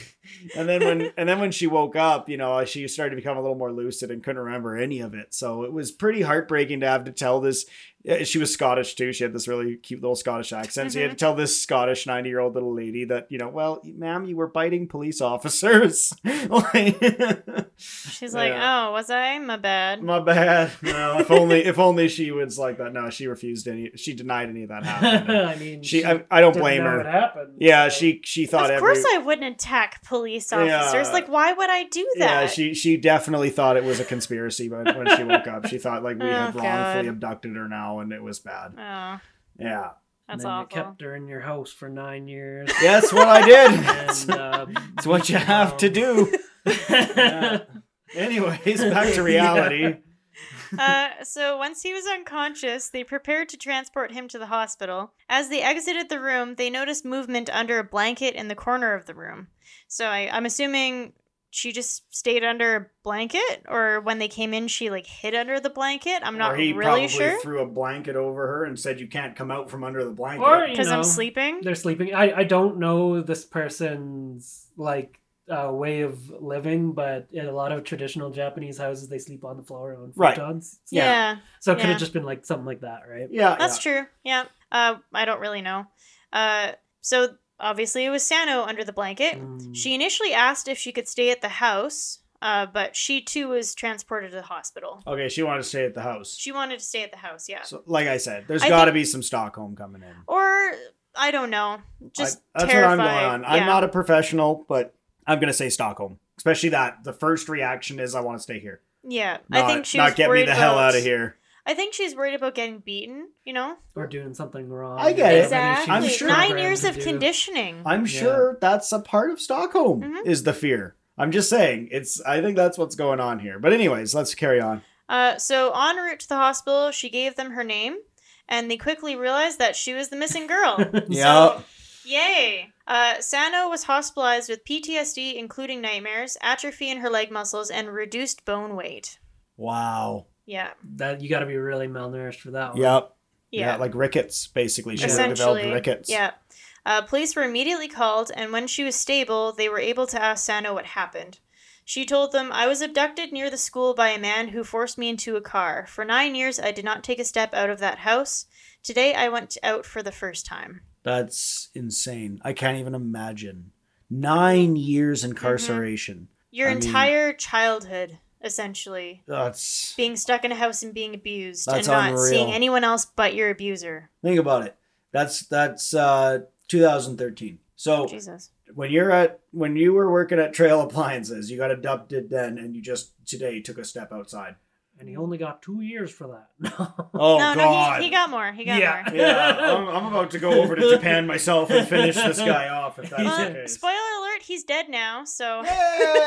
Speaker 2: and then when and then when she woke up, you know, she started to become a little more lucid and couldn't remember any of it. So it was pretty heartbreaking to have to tell this. uh, She was Scottish too. She had this really cute little Scottish accent. So you had to tell this Scottish ninety-year-old little lady that you know, well, ma'am, you were biting police officers. like,
Speaker 1: She's like,
Speaker 2: Yeah.
Speaker 1: oh, was I? My bad.
Speaker 2: My bad. No, if only if only she was like that. No, she refused any. She denied any of that happening.
Speaker 3: I mean,
Speaker 2: She, I, I don't
Speaker 3: didn't
Speaker 2: blame
Speaker 3: know What
Speaker 2: her.
Speaker 3: happened?
Speaker 2: Yeah,
Speaker 3: so-
Speaker 2: she she thought
Speaker 1: Of
Speaker 2: every.
Speaker 1: course, I wouldn't attack police
Speaker 2: Yeah.
Speaker 1: officers. Like, why would I do that?
Speaker 2: yeah, she she definitely thought it was a conspiracy. But when she woke up, she thought like we had
Speaker 1: Oh,
Speaker 2: wrongfully
Speaker 1: God.
Speaker 2: abducted her now, and it was bad.
Speaker 1: oh,
Speaker 2: Yeah,
Speaker 3: And
Speaker 1: that's
Speaker 3: then you
Speaker 1: awful.
Speaker 3: kept her in your house for nine years.
Speaker 2: Yeah, that's what I did.
Speaker 3: and,
Speaker 2: That's
Speaker 3: uh,
Speaker 2: what you have to do.
Speaker 3: Yeah.
Speaker 2: Anyways, back to reality.
Speaker 1: uh, so once he was unconscious, they prepared to transport him to the hospital. As they exited the room, they noticed movement under a blanket in the corner of the room. So I, I'm assuming she just stayed under a blanket, or when they came in, she like hid under the blanket. I'm not
Speaker 2: or he
Speaker 1: really
Speaker 2: probably
Speaker 1: sure
Speaker 2: threw a blanket over her and said, "You can't come out from under the blanket."
Speaker 3: Or you
Speaker 1: because
Speaker 3: know,
Speaker 1: I'm sleeping.
Speaker 3: They're sleeping. I I don't know this person's like uh, way of living, but in a lot of traditional Japanese houses, they sleep on the floor on
Speaker 2: Right.
Speaker 3: futons.
Speaker 1: Yeah,
Speaker 3: So it could
Speaker 1: Yeah.
Speaker 3: have just been like something like that, right?
Speaker 2: yeah, yeah.
Speaker 1: that's true. Yeah, uh, I don't really know. Uh, so obviously it was Sano under the blanket.
Speaker 3: Mm.
Speaker 1: She initially asked if she could stay at the house, uh, but she too was transported to the hospital.
Speaker 2: Okay, she wanted to stay at the house.
Speaker 1: She wanted to stay at the house, yeah.
Speaker 2: So, like I said, there's
Speaker 1: I
Speaker 2: got to be some Stockholm coming in.
Speaker 1: Or I don't know, just
Speaker 2: I- that's
Speaker 1: terrified.
Speaker 2: what I'm going on.
Speaker 1: Yeah.
Speaker 2: I'm not a professional, but I'm gonna say Stockholm, especially that the first reaction is I want to stay here.
Speaker 1: Yeah,
Speaker 2: Not,
Speaker 1: I think she
Speaker 2: not
Speaker 1: was
Speaker 2: get me
Speaker 1: worried
Speaker 2: the hell
Speaker 1: about-
Speaker 2: out of here.
Speaker 1: I think she's worried about getting beaten. You know,
Speaker 3: or doing something wrong.
Speaker 2: I get
Speaker 3: or
Speaker 2: it.
Speaker 3: whatever she
Speaker 1: exactly.
Speaker 2: I'm
Speaker 3: was
Speaker 2: sure-
Speaker 1: Nine
Speaker 3: programmed
Speaker 1: years
Speaker 3: to
Speaker 1: of
Speaker 3: do.
Speaker 1: conditioning.
Speaker 2: I'm
Speaker 3: Yeah.
Speaker 2: sure that's a part of Stockholm
Speaker 1: Mhm.
Speaker 2: is the fear. I'm just saying it's. I think that's what's going on here. But anyways, let's carry on.
Speaker 1: Uh, so en route to the hospital, she gave them her name, and they quickly realized that she was the missing girl.
Speaker 2: Yeah.
Speaker 1: Yay! Uh, Sano was hospitalized with PTSD, including nightmares, atrophy in her leg muscles, and reduced bone weight.
Speaker 2: Wow.
Speaker 1: Yeah.
Speaker 3: That you got to be really malnourished for that one.
Speaker 2: Yep. Yeah.
Speaker 1: Yeah.
Speaker 2: Like rickets, basically. She had developed
Speaker 1: Essentially.
Speaker 2: rickets.
Speaker 1: Yeah. Uh, police were immediately called, and when she was stable, they were able to ask Sano what happened. She told them, I was abducted near the school by a man who forced me into a car. For nine years, I did not take a step out of that house. Today, I went out for the first time.
Speaker 2: That's insane. I can't even imagine. Nine
Speaker 1: Mm-hmm.
Speaker 2: years incarceration.
Speaker 1: Your
Speaker 2: I mean-
Speaker 1: entire childhood, essentially,
Speaker 2: That's
Speaker 1: being stuck in a house and being abused
Speaker 2: That's
Speaker 1: and not
Speaker 2: unreal.
Speaker 1: seeing anyone else but your abuser.
Speaker 2: think about it. That's that's uh 2013. So
Speaker 1: Jesus.
Speaker 2: when you're at when you were working at Trail Appliances, you got abducted then, and you just today took a step outside.
Speaker 3: And he only got two years for that.
Speaker 2: Oh
Speaker 1: no, no,
Speaker 2: God.
Speaker 1: he, he got more. He got
Speaker 3: Yeah.
Speaker 1: more.
Speaker 2: yeah, I'm, I'm about to go over to Japan myself and finish this guy off. If that's
Speaker 1: Well,
Speaker 2: the case.
Speaker 1: Um, spoiler alert, he's dead now, so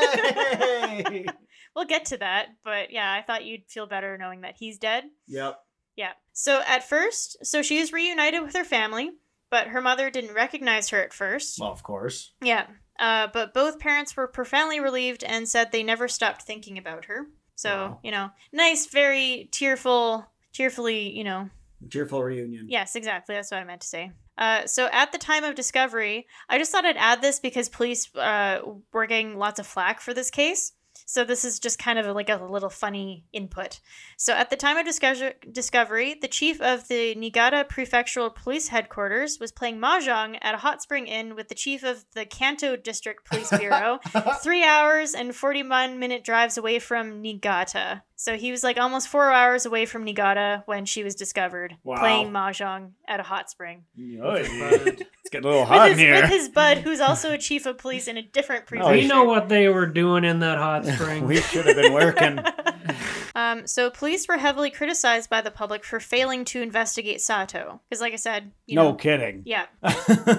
Speaker 2: Yay!
Speaker 1: we'll get to that. But yeah, I thought you'd feel better knowing that he's dead.
Speaker 2: yep.
Speaker 1: Yeah. So at first, so she is reunited with her family, but her mother didn't recognize her at first.
Speaker 2: Well, of course.
Speaker 1: Yeah. Uh, but both parents were profoundly relieved and said they never stopped thinking about her. So,
Speaker 2: Wow.
Speaker 1: you know, nice, very tearful, tearfully, you know.
Speaker 2: Cheerful reunion.
Speaker 1: Yes, exactly. That's what I meant to say. Uh, so at the time of discovery, I just thought I'd add this because police uh, were getting lots of flack for this case. So this is just kind of like a little funny input. So at the time of discover- discovery, the chief of the Niigata Prefectural Police Headquarters was playing mahjong at a hot spring inn with the chief of the Kanto District Police Bureau, three hours and forty-one minute drives away from Niigata. So he was like almost four hours away from Niigata when she was discovered
Speaker 2: Wow.
Speaker 1: playing mahjong at a hot spring
Speaker 2: Oh, it's getting a little hot
Speaker 1: with
Speaker 2: in
Speaker 1: his, with
Speaker 2: here.
Speaker 1: his bud, who's also a chief of police in a different
Speaker 2: Oh,
Speaker 1: precinct.
Speaker 3: we know what they were doing in that hot spring.
Speaker 2: we should have been working.
Speaker 1: Um, so police were heavily criticized by the public for failing to investigate Sato, because, like I said, you
Speaker 2: no
Speaker 1: know,
Speaker 2: kidding.
Speaker 1: yeah.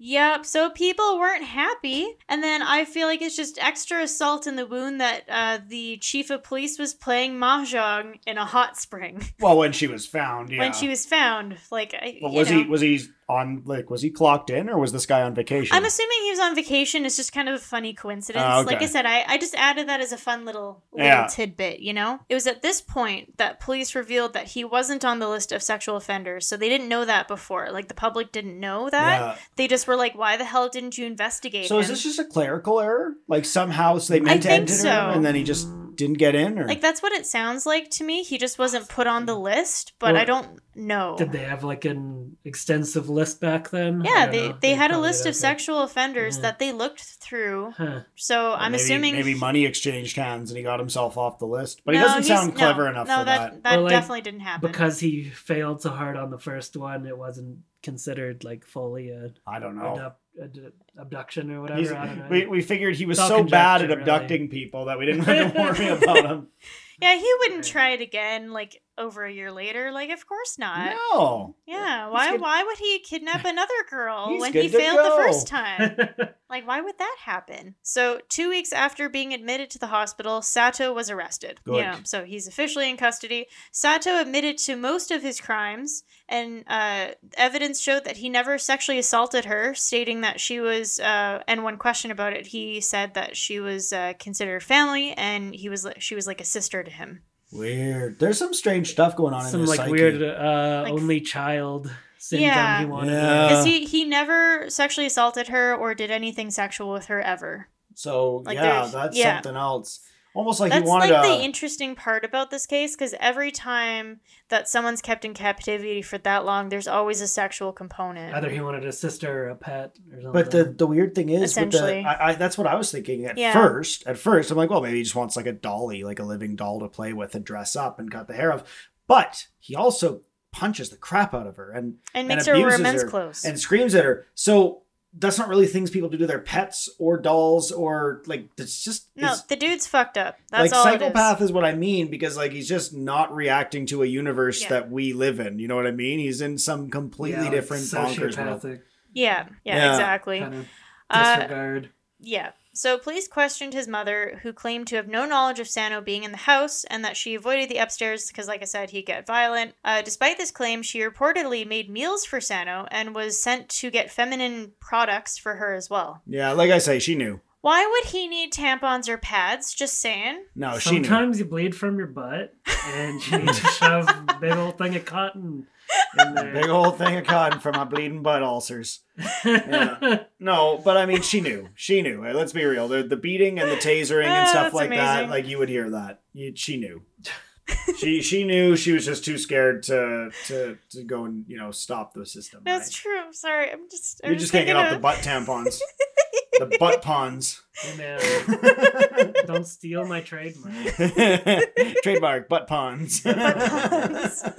Speaker 1: Yep, so people weren't happy. And then I feel like it's just extra salt in the wound that uh, the chief of police was playing mahjong in a hot spring
Speaker 2: well, when she was found, yeah.
Speaker 1: when she was found. Like, I,
Speaker 2: Well,
Speaker 1: you
Speaker 2: was
Speaker 1: know.
Speaker 2: he was he on like was he clocked in or was this guy on vacation?
Speaker 1: I'm assuming he was on vacation. It's just kind of a funny coincidence.
Speaker 2: Ah, okay.
Speaker 1: Like I said, I, I just added that as a fun little, little
Speaker 2: Yeah.
Speaker 1: tidbit, you know? It was at this point that police revealed that he wasn't on the list of sexual offenders. So they didn't know that before. Like the public didn't know that.
Speaker 2: Yeah.
Speaker 1: They just were like, why the hell didn't you investigate
Speaker 2: So is
Speaker 1: him?
Speaker 2: this just a clerical error? Like somehow so they meant to
Speaker 1: think
Speaker 2: enter
Speaker 1: so.
Speaker 2: him and then he just
Speaker 3: Mm.
Speaker 2: didn't get in, or
Speaker 1: like that's what it sounds like to me. He just wasn't put on the list, but
Speaker 3: Well,
Speaker 1: I don't know.
Speaker 3: Did they have like an extensive list back then? I
Speaker 1: yeah,
Speaker 3: don't
Speaker 1: they,
Speaker 3: know.
Speaker 1: they had a
Speaker 3: probably
Speaker 1: list
Speaker 3: had
Speaker 1: of
Speaker 3: that.
Speaker 1: sexual offenders
Speaker 3: Yeah.
Speaker 1: that they looked through.
Speaker 3: Huh.
Speaker 1: So
Speaker 2: Or
Speaker 1: I'm
Speaker 2: Mm. maybe,
Speaker 1: assuming
Speaker 2: maybe money exchanged hands and he got himself off the list. But he
Speaker 1: No,
Speaker 2: doesn't
Speaker 1: he's-
Speaker 2: sound
Speaker 1: no,
Speaker 2: clever enough
Speaker 1: no,
Speaker 2: for that.
Speaker 1: that,
Speaker 3: Or, like,
Speaker 1: definitely didn't happen.
Speaker 3: Because he failed so hard on the first one, it wasn't considered like fully a
Speaker 2: I don't know.
Speaker 3: abduct- ad- abduction or whatever.
Speaker 2: He's-
Speaker 3: I don't know.
Speaker 2: we, we figured he was
Speaker 3: It's all
Speaker 2: so bad at
Speaker 3: conjecture,
Speaker 2: abducting people that we didn't have to worry about him.
Speaker 1: Yeah, he wouldn't
Speaker 3: Right.
Speaker 1: try it again like over a year later. Like, of course not.
Speaker 2: No.
Speaker 1: Yeah, why
Speaker 2: good-
Speaker 1: why would he kidnap another girl
Speaker 2: He's
Speaker 1: when he
Speaker 2: good to
Speaker 1: failed the first
Speaker 2: go.
Speaker 1: time? Like, why would that happen? So, 2 weeks after being admitted to the hospital, Sato was arrested.
Speaker 2: Good.
Speaker 1: Yeah, so he's officially in custody. Sato admitted to most of his crimes and uh, evidence showed that he never sexually assaulted her, stating that she was uh, and one question about it, he said that she was uh, considered family and he was li- she was like a sister to him.
Speaker 2: Weird. There's some strange stuff going on in
Speaker 3: Some
Speaker 2: his
Speaker 3: like
Speaker 2: psyche.
Speaker 3: weird uh,
Speaker 1: Like-
Speaker 3: only child syndrome
Speaker 1: Yeah.
Speaker 3: he wanted.
Speaker 2: Yeah.
Speaker 1: Because he, he never sexually assaulted her or did anything sexual with her ever.
Speaker 2: So
Speaker 1: Like,
Speaker 2: yeah,
Speaker 1: there's-
Speaker 2: that's
Speaker 1: yeah.
Speaker 2: something else. Almost like uh,
Speaker 1: That's
Speaker 2: he wanted
Speaker 1: like
Speaker 2: a
Speaker 1: the interesting part about this case because every time that someone's kept in captivity for that long, there's always a sexual component.
Speaker 3: Either he wanted a sister or a pet or something.
Speaker 2: But the, the weird thing is, with the,
Speaker 1: Essentially.
Speaker 2: I, I, that's what I was thinking at
Speaker 1: Yeah.
Speaker 2: first. At first, I'm like, well, maybe he just wants like a dolly, like a living doll to play with and dress up and cut the hair of. But he also punches the crap out of her and,
Speaker 1: and
Speaker 2: and
Speaker 1: makes her wear
Speaker 2: abuses
Speaker 1: men's
Speaker 2: her
Speaker 1: clothes.
Speaker 2: and screams at her. So that's not really things people do to their pets or dolls or like it's just
Speaker 1: no,
Speaker 2: it's-
Speaker 1: the dude's fucked up. That's
Speaker 2: like
Speaker 1: all
Speaker 2: psychopath is what I mean because like he's just not reacting to a universe
Speaker 1: Yeah.
Speaker 2: that we live in. You know what I mean? He's in some completely
Speaker 3: Yeah,
Speaker 2: different
Speaker 3: like,
Speaker 2: bonkers world.
Speaker 3: sociopathic
Speaker 1: it is. Yeah, yeah,
Speaker 2: Yeah.
Speaker 1: exactly.
Speaker 3: kind of
Speaker 1: Uh,
Speaker 3: disregard.
Speaker 1: Yeah. So police questioned his mother, who claimed to have no knowledge of Sano being in the house and that she avoided the upstairs because, like I said, he'd get violent. Uh, despite this claim, she reportedly made meals for Sano and was sent to get feminine products for her as well.
Speaker 2: Yeah, like I say, she knew.
Speaker 1: Why would he need tampons or pads? Just saying.
Speaker 2: No, Oh, she knew.
Speaker 3: Sometimes you bleed from your butt, and you need to shove a big old thing of cotton in there.
Speaker 2: Big old thing of cotton for my bleeding butt ulcers. Yeah. No, but I mean, she knew. She knew. Uh, Let's be real. The, the beating and the tasering and
Speaker 1: Ah,
Speaker 2: stuff
Speaker 1: that's
Speaker 2: like that,
Speaker 1: amazing.
Speaker 2: like you would hear that. You, she knew. she she knew. She was just too scared to to to go and you know stop the system.
Speaker 1: That's
Speaker 2: right?
Speaker 1: true. I'm sorry. I'm just. I'm
Speaker 2: You're just thinking of
Speaker 1: of-
Speaker 2: the butt tampons, the butt pawns.
Speaker 3: Hey, man, don't steal my trademark.
Speaker 2: Trademark butt pawns.
Speaker 1: pawns.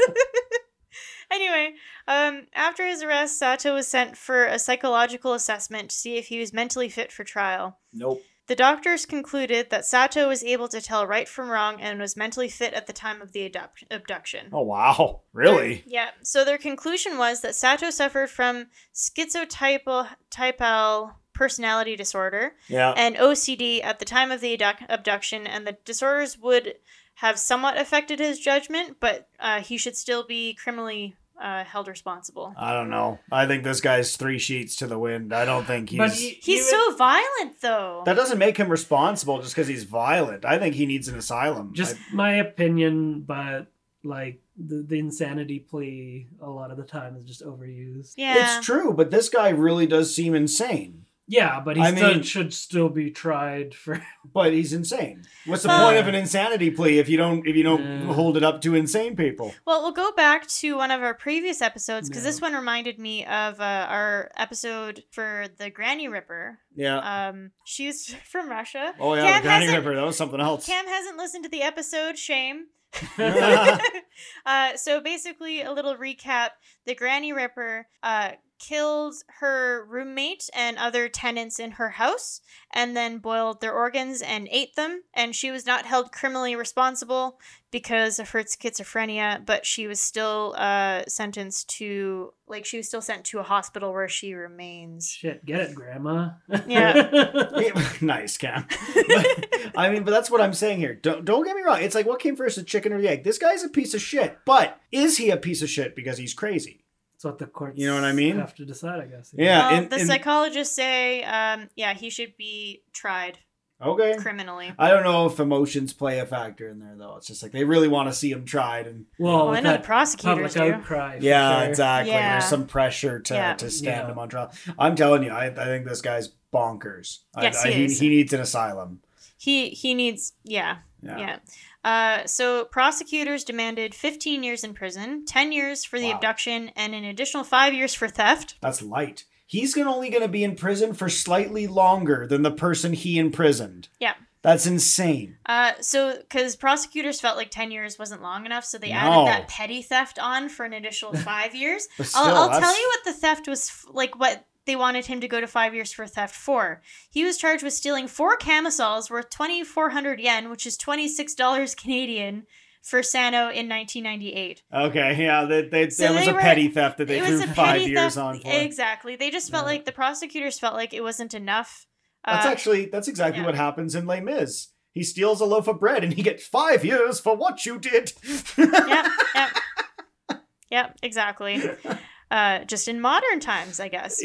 Speaker 1: Anyway, um, after his arrest, Sato was sent for a psychological assessment to see if he was mentally fit for trial.
Speaker 2: nope.
Speaker 1: The doctors concluded that Sato was able to tell right from wrong and was mentally fit at the time of the abduct- abduction.
Speaker 2: Oh wow! Really?
Speaker 1: Yeah. So their conclusion was that Sato suffered from schizotypal type L personality disorder
Speaker 2: Yeah.
Speaker 1: and OCD at the time of the abduc- abduction, and the disorders would have somewhat affected his judgment, but uh, he should still be criminally uh, held responsible.
Speaker 2: I don't know. I think this guy's three sheets to the wind. I don't think he's.
Speaker 3: But he-
Speaker 1: He's
Speaker 3: even-
Speaker 1: so violent, though.
Speaker 2: That doesn't make him responsible just because he's violent. I think he needs an asylum.
Speaker 3: just my opinion, but like the, the insanity plea, a lot of the time is just overused.
Speaker 2: I-
Speaker 1: yeah.
Speaker 2: It's true, but this guy really does seem insane.
Speaker 3: Yeah, but he
Speaker 2: I
Speaker 3: still,
Speaker 2: mean-
Speaker 3: should still be tried for.
Speaker 2: But he's insane. What's the
Speaker 1: Well-
Speaker 2: point of an insanity plea if you don't if you don't
Speaker 3: Yeah.
Speaker 2: hold it up to insane people?
Speaker 1: Well, we'll go back to one of our previous episodes because
Speaker 3: No.
Speaker 1: this one reminded me of uh, our episode for the Granny Ripper.
Speaker 2: Yeah.
Speaker 1: Um, she's from Russia.
Speaker 2: oh yeah,
Speaker 1: Cam
Speaker 2: the Granny
Speaker 1: hasn't-
Speaker 2: Ripper. That was something else.
Speaker 1: Cam hasn't listened to the episode. Shame.
Speaker 2: Yeah.
Speaker 1: uh, so basically, a little recap: the Granny Ripper uh, killed her roommate and other tenants in her house, and then boiled their organs and ate them. And she was not held criminally responsible because of her schizophrenia, but she was still uh, sentenced to like she was still sent to a hospital where she remains.
Speaker 3: Shit, get it, Grandma.
Speaker 1: Yeah.
Speaker 2: nice, Cam. I mean, but that's what I'm saying here. Don't don't get me wrong. It's like what came first, the chicken or the egg? This guy's a piece of shit. But is he a piece of shit because he's crazy?
Speaker 3: That's what the courts.
Speaker 2: You know what I mean?
Speaker 3: Have to decide, I guess.
Speaker 2: Yeah,
Speaker 1: Well,
Speaker 2: and-
Speaker 1: the
Speaker 2: and-
Speaker 1: psychologists say, um, yeah, he should be tried
Speaker 2: Okay.
Speaker 1: criminally.
Speaker 2: I don't know if emotions play a factor in there though. It's just like they really want to see him tried and
Speaker 3: Well,
Speaker 1: Well, Oh, I
Speaker 3: with
Speaker 1: know the
Speaker 3: that
Speaker 1: prosecutors
Speaker 3: Oh, public
Speaker 1: do.
Speaker 3: outcry. for
Speaker 2: Yeah,
Speaker 3: sure.
Speaker 2: exactly.
Speaker 1: Yeah.
Speaker 2: There's some pressure to,
Speaker 1: Yeah.
Speaker 2: to stand
Speaker 3: Yeah.
Speaker 2: him on trial. I'm telling you, I, I think this guy's bonkers. I-
Speaker 1: Yes,
Speaker 2: I,
Speaker 1: he is.
Speaker 2: he needs an asylum.
Speaker 1: He he needs yeah
Speaker 2: Yeah.
Speaker 1: yeah. Uh, so prosecutors demanded 15 years in prison, 10 years for the
Speaker 2: Wow.
Speaker 1: abduction, and an additional five years for theft.
Speaker 2: That's light. He's gonna, only going to be in prison for slightly longer than the person he imprisoned.
Speaker 1: Yeah.
Speaker 2: That's insane.
Speaker 1: Uh, so because prosecutors felt like 10 years wasn't long enough, so they
Speaker 2: No.
Speaker 1: added that petty theft on for an additional five years.
Speaker 2: But still,
Speaker 1: I'll, I'll tell
Speaker 2: that's-
Speaker 1: you what the theft was f- like. What they wanted him to go to five years for theft for. He was charged with stealing four camisoles worth 2,400 yen, which is 26 dollars Canadian, for Sano in 1998.
Speaker 2: Okay, yeah, that that
Speaker 1: So
Speaker 2: that
Speaker 1: they
Speaker 2: was a
Speaker 1: were-
Speaker 2: petty theft that they
Speaker 1: it
Speaker 2: threw
Speaker 1: was a
Speaker 2: five
Speaker 1: petty
Speaker 2: years
Speaker 1: theft.
Speaker 2: on for.
Speaker 1: Exactly. They just felt
Speaker 2: Yeah.
Speaker 1: like the prosecutors felt like it wasn't enough.
Speaker 2: That's
Speaker 1: Uh,
Speaker 2: actually that's exactly
Speaker 1: yeah.
Speaker 2: what happens in Les Mis. He steals a loaf of bread and he gets five years for what you did.
Speaker 1: yep, yep, yep. Exactly. Uh, just in modern times, I guess.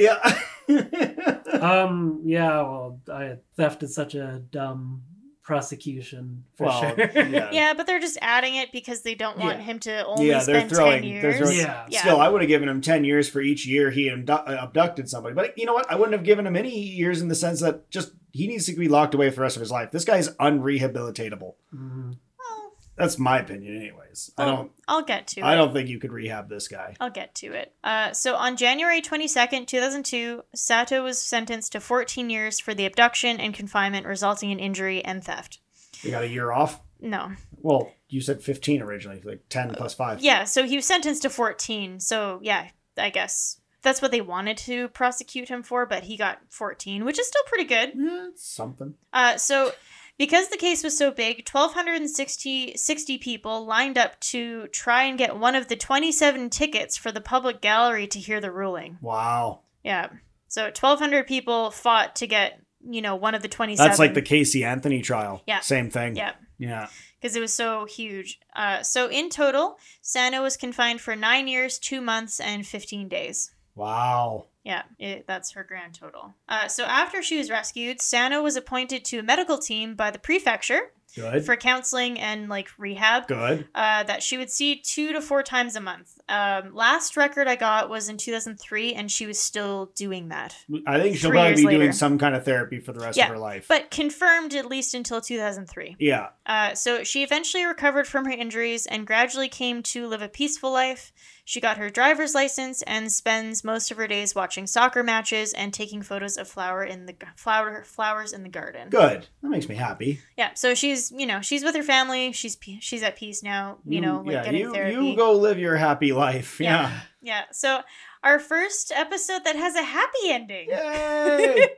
Speaker 2: yeah.
Speaker 3: Um. Yeah. Well, I, theft is such a dumb prosecution for
Speaker 2: Well,
Speaker 3: sure.
Speaker 2: yeah.
Speaker 1: Yeah, but they're just adding it because they don't want
Speaker 3: Yeah.
Speaker 1: him to only
Speaker 2: Yeah, they're
Speaker 1: spend
Speaker 2: throwing-
Speaker 1: ten
Speaker 2: they're
Speaker 1: years.
Speaker 2: throwing-
Speaker 3: Yeah.
Speaker 1: Yeah.
Speaker 2: Still, I would have given him 10 years for each year he abdu- abducted somebody. But you know what? I wouldn't have given him any years in the sense that just he needs to be locked away for the rest of his life. This guy is unrehabilitatable.
Speaker 3: Mm,
Speaker 1: Well,
Speaker 2: That's my opinion anyways. I
Speaker 1: Well,
Speaker 2: don't
Speaker 1: I'll get to Oh,
Speaker 2: I
Speaker 1: it.
Speaker 2: don't think you could rehab this guy.
Speaker 1: I'll get to it. Uh, so on January 22nd, 2002, Sato was sentenced to 14 years for the abduction and confinement resulting in injury and theft.
Speaker 2: You got a year off?
Speaker 1: No.
Speaker 2: Well, you said 15 originally, like 10 plus 5.
Speaker 1: Uh, Yeah, so he was sentenced to 14. So, yeah, I guess that's what they wanted to prosecute him for, but he got 14, which is still pretty good.
Speaker 2: Eh, it's something.
Speaker 1: Uh, so, because the case was so big, 1,260 60 people lined up to try and get one of the 27 tickets for the public gallery to hear the ruling.
Speaker 2: Wow.
Speaker 1: Yeah. So, 1,200 people fought to get, you know, one of the 27.
Speaker 2: That's like the Casey Anthony trial.
Speaker 1: Yeah.
Speaker 2: Same thing.
Speaker 1: Yeah.
Speaker 2: Yeah.
Speaker 1: because it was so huge. Uh, so, in total, Sano was confined for nine years, two months, and 15 days.
Speaker 2: Wow.
Speaker 1: Yeah, it, that's her grand total. Uh, so after she was rescued, Sano was appointed to a medical team by the prefecture
Speaker 2: Good.
Speaker 1: for counseling and like rehab.
Speaker 2: Good.
Speaker 1: Uh, that she would see two to four times a month. Um, last record I got was in 2003, and she was still doing that,
Speaker 2: I think she'll
Speaker 1: Three
Speaker 2: probably
Speaker 1: years
Speaker 2: be doing
Speaker 1: later.
Speaker 2: some kind of therapy for the rest
Speaker 1: Yeah,
Speaker 2: of her life.
Speaker 1: but confirmed at least until 2003.
Speaker 2: yeah.
Speaker 1: Uh, so she eventually recovered from her injuries and gradually came to live a peaceful life. She got her driver's license and spends most of her days watching soccer matches and taking photos of flower in the g- flower flowers in the garden.
Speaker 2: Good. That makes me happy.
Speaker 1: Yeah, so she's you know she's with her family. She's pe- she's at peace now. You, know, like getting
Speaker 2: you,
Speaker 1: therapy.
Speaker 2: you go live your happy life. Yeah.
Speaker 1: Yeah. yeah. So our first episode that has a happy ending.
Speaker 2: Yay!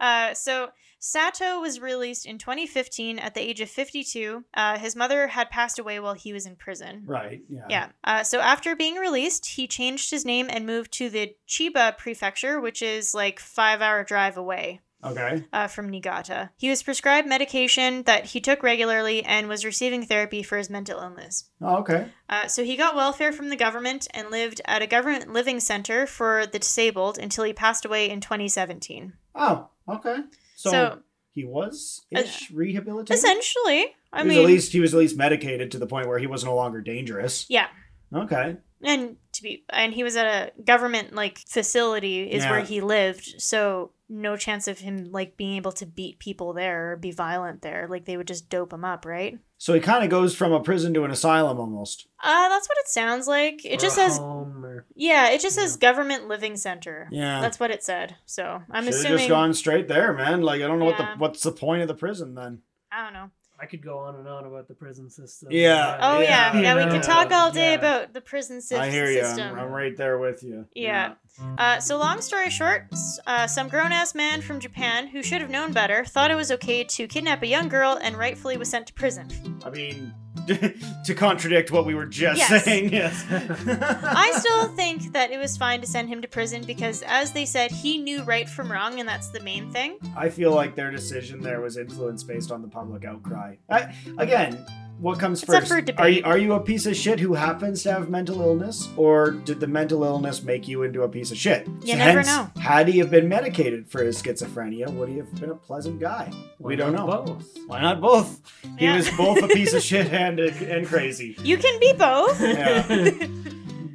Speaker 1: Uh, so Sato was released in 2015 at the age of 52. Uh, his mother had passed away while he was in prison.
Speaker 2: right. Yeah.
Speaker 1: Yeah. Uh, so after being released, he changed his name and moved to the Chiba prefecture, which is like five hour drive away
Speaker 2: Okay.
Speaker 1: uh, from Niigata. He was prescribed medication that he took regularly and was receiving therapy for his mental illness.
Speaker 2: Oh, okay.
Speaker 1: Uh, so he got welfare from the government and lived at a government living center for the disabled until he passed away in 2017.
Speaker 2: Oh, okay. So,
Speaker 1: So,
Speaker 2: he was ish rehabilitated.
Speaker 1: essentially, I
Speaker 2: he was at
Speaker 1: mean,
Speaker 2: least he was at least medicated to the point where he was no longer dangerous.
Speaker 1: yeah.
Speaker 2: Okay.
Speaker 1: and to be and he was at a government like facility is
Speaker 2: Yeah.
Speaker 1: where he lived so no chance of him like being able to beat people there or be violent there. Like they would just dope him up, right?
Speaker 2: So he kind of goes from a prison to an asylum almost.
Speaker 1: Uh, that's what it sounds like. It
Speaker 3: Or
Speaker 1: just
Speaker 3: a
Speaker 1: says
Speaker 3: home or-
Speaker 1: yeah, it just says government living center.
Speaker 2: Yeah.
Speaker 1: That's what it said. So I'm
Speaker 2: Should've
Speaker 1: assuming
Speaker 2: just gone straight there, man. Like I don't know what
Speaker 1: Yeah.
Speaker 2: the what's the point of the prison then.
Speaker 1: I don't know.
Speaker 3: I could go on and on about the prison system.
Speaker 2: Yeah.
Speaker 1: Oh yeah, yeah.
Speaker 2: Yeah.
Speaker 1: we could talk all day
Speaker 3: Yeah.
Speaker 1: about the prison sy-
Speaker 2: I hear you.
Speaker 1: system.
Speaker 2: I'm, I'm right there with you.
Speaker 1: Yeah. Uh, so, long story short, s- uh, some grown ass man from Japan who should have known better thought it was okay to kidnap a young girl and rightfully was sent to prison.
Speaker 2: I mean, to contradict what we were just
Speaker 1: Yes.
Speaker 2: saying, yes.
Speaker 1: I still think that it was fine to send him to prison because, as they said, he knew right from wrong, and that's the main thing.
Speaker 2: I feel like their decision there was influenced based on the public outcry. I, again, what comes
Speaker 1: It's up
Speaker 2: first?
Speaker 1: for
Speaker 2: Are you
Speaker 1: debate.
Speaker 2: are you a piece of shit who happens to have mental illness, or did the mental illness make you into a piece of shit?
Speaker 1: You never
Speaker 2: hence,
Speaker 1: know.
Speaker 2: Had he have been medicated for his schizophrenia, would he have been a pleasant guy?
Speaker 3: Why
Speaker 2: we don't know.
Speaker 3: not Both.
Speaker 2: Why not both? He
Speaker 1: Yeah.
Speaker 2: was both a piece of shit and and crazy.
Speaker 1: You can be both.
Speaker 2: Yeah.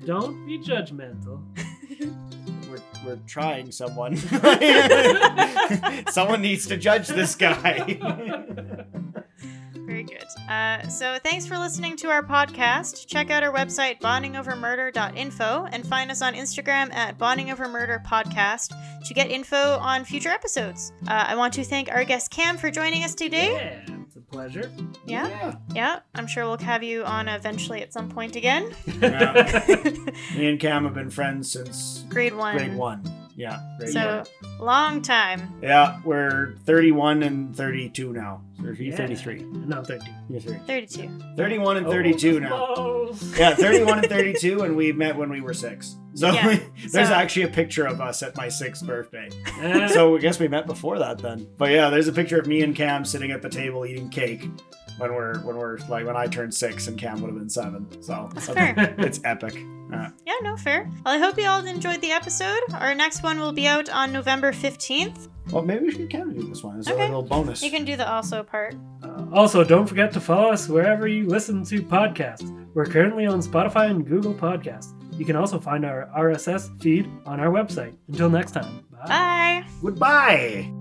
Speaker 3: don't be judgmental.
Speaker 2: We're, we're trying someone. someone needs to judge this guy.
Speaker 1: Very good. Uh, so, thanks for listening to our podcast. Check out our website, bondingovermurder.info, and find us on Instagram at bondingovermurderpodcast to get info on future episodes. Uh, I want to thank our guest Cam for joining us today.
Speaker 3: Yeah, it's a pleasure.
Speaker 1: Yeah. Yeah, I'm sure we'll have you on eventually at some point again.
Speaker 2: Yeah. Me and Cam have been friends since
Speaker 1: grade one.
Speaker 2: grade one. Yeah. Grade
Speaker 1: So,
Speaker 2: one.
Speaker 1: long time.
Speaker 2: Yeah, we're 31 and 32 now. Or
Speaker 3: Yeah.
Speaker 2: 33.
Speaker 3: No, 30.
Speaker 2: You're 30.
Speaker 1: 32.
Speaker 2: 31 and
Speaker 1: Oh,
Speaker 2: 32 now. Yeah, 31 and 32, and we met when we were six. So
Speaker 1: Yeah,
Speaker 2: there's
Speaker 1: so-
Speaker 2: actually a picture of us at my sixth birthday.
Speaker 3: Eh,
Speaker 2: So I guess we met before that then. But yeah, there's a picture of me and Cam sitting at the table eating cake when we're when we're like when I turned six and Cam would have been seven. So
Speaker 1: That's fair.
Speaker 2: it's epic. Uh,
Speaker 1: Yeah, no, fair. Well, I hope you all enjoyed the episode. Our next one will be out on November 15th.
Speaker 2: well, maybe we should get Cam to do this one. It's
Speaker 1: Okay.
Speaker 2: a little bonus.
Speaker 1: You can do the also part.
Speaker 3: Uh, also, don't forget to follow us wherever you listen to podcasts. We're currently on Spotify and Google Podcasts. You can also find our RSS feed on our website. Until next time.
Speaker 1: Bye.
Speaker 2: Goodbye.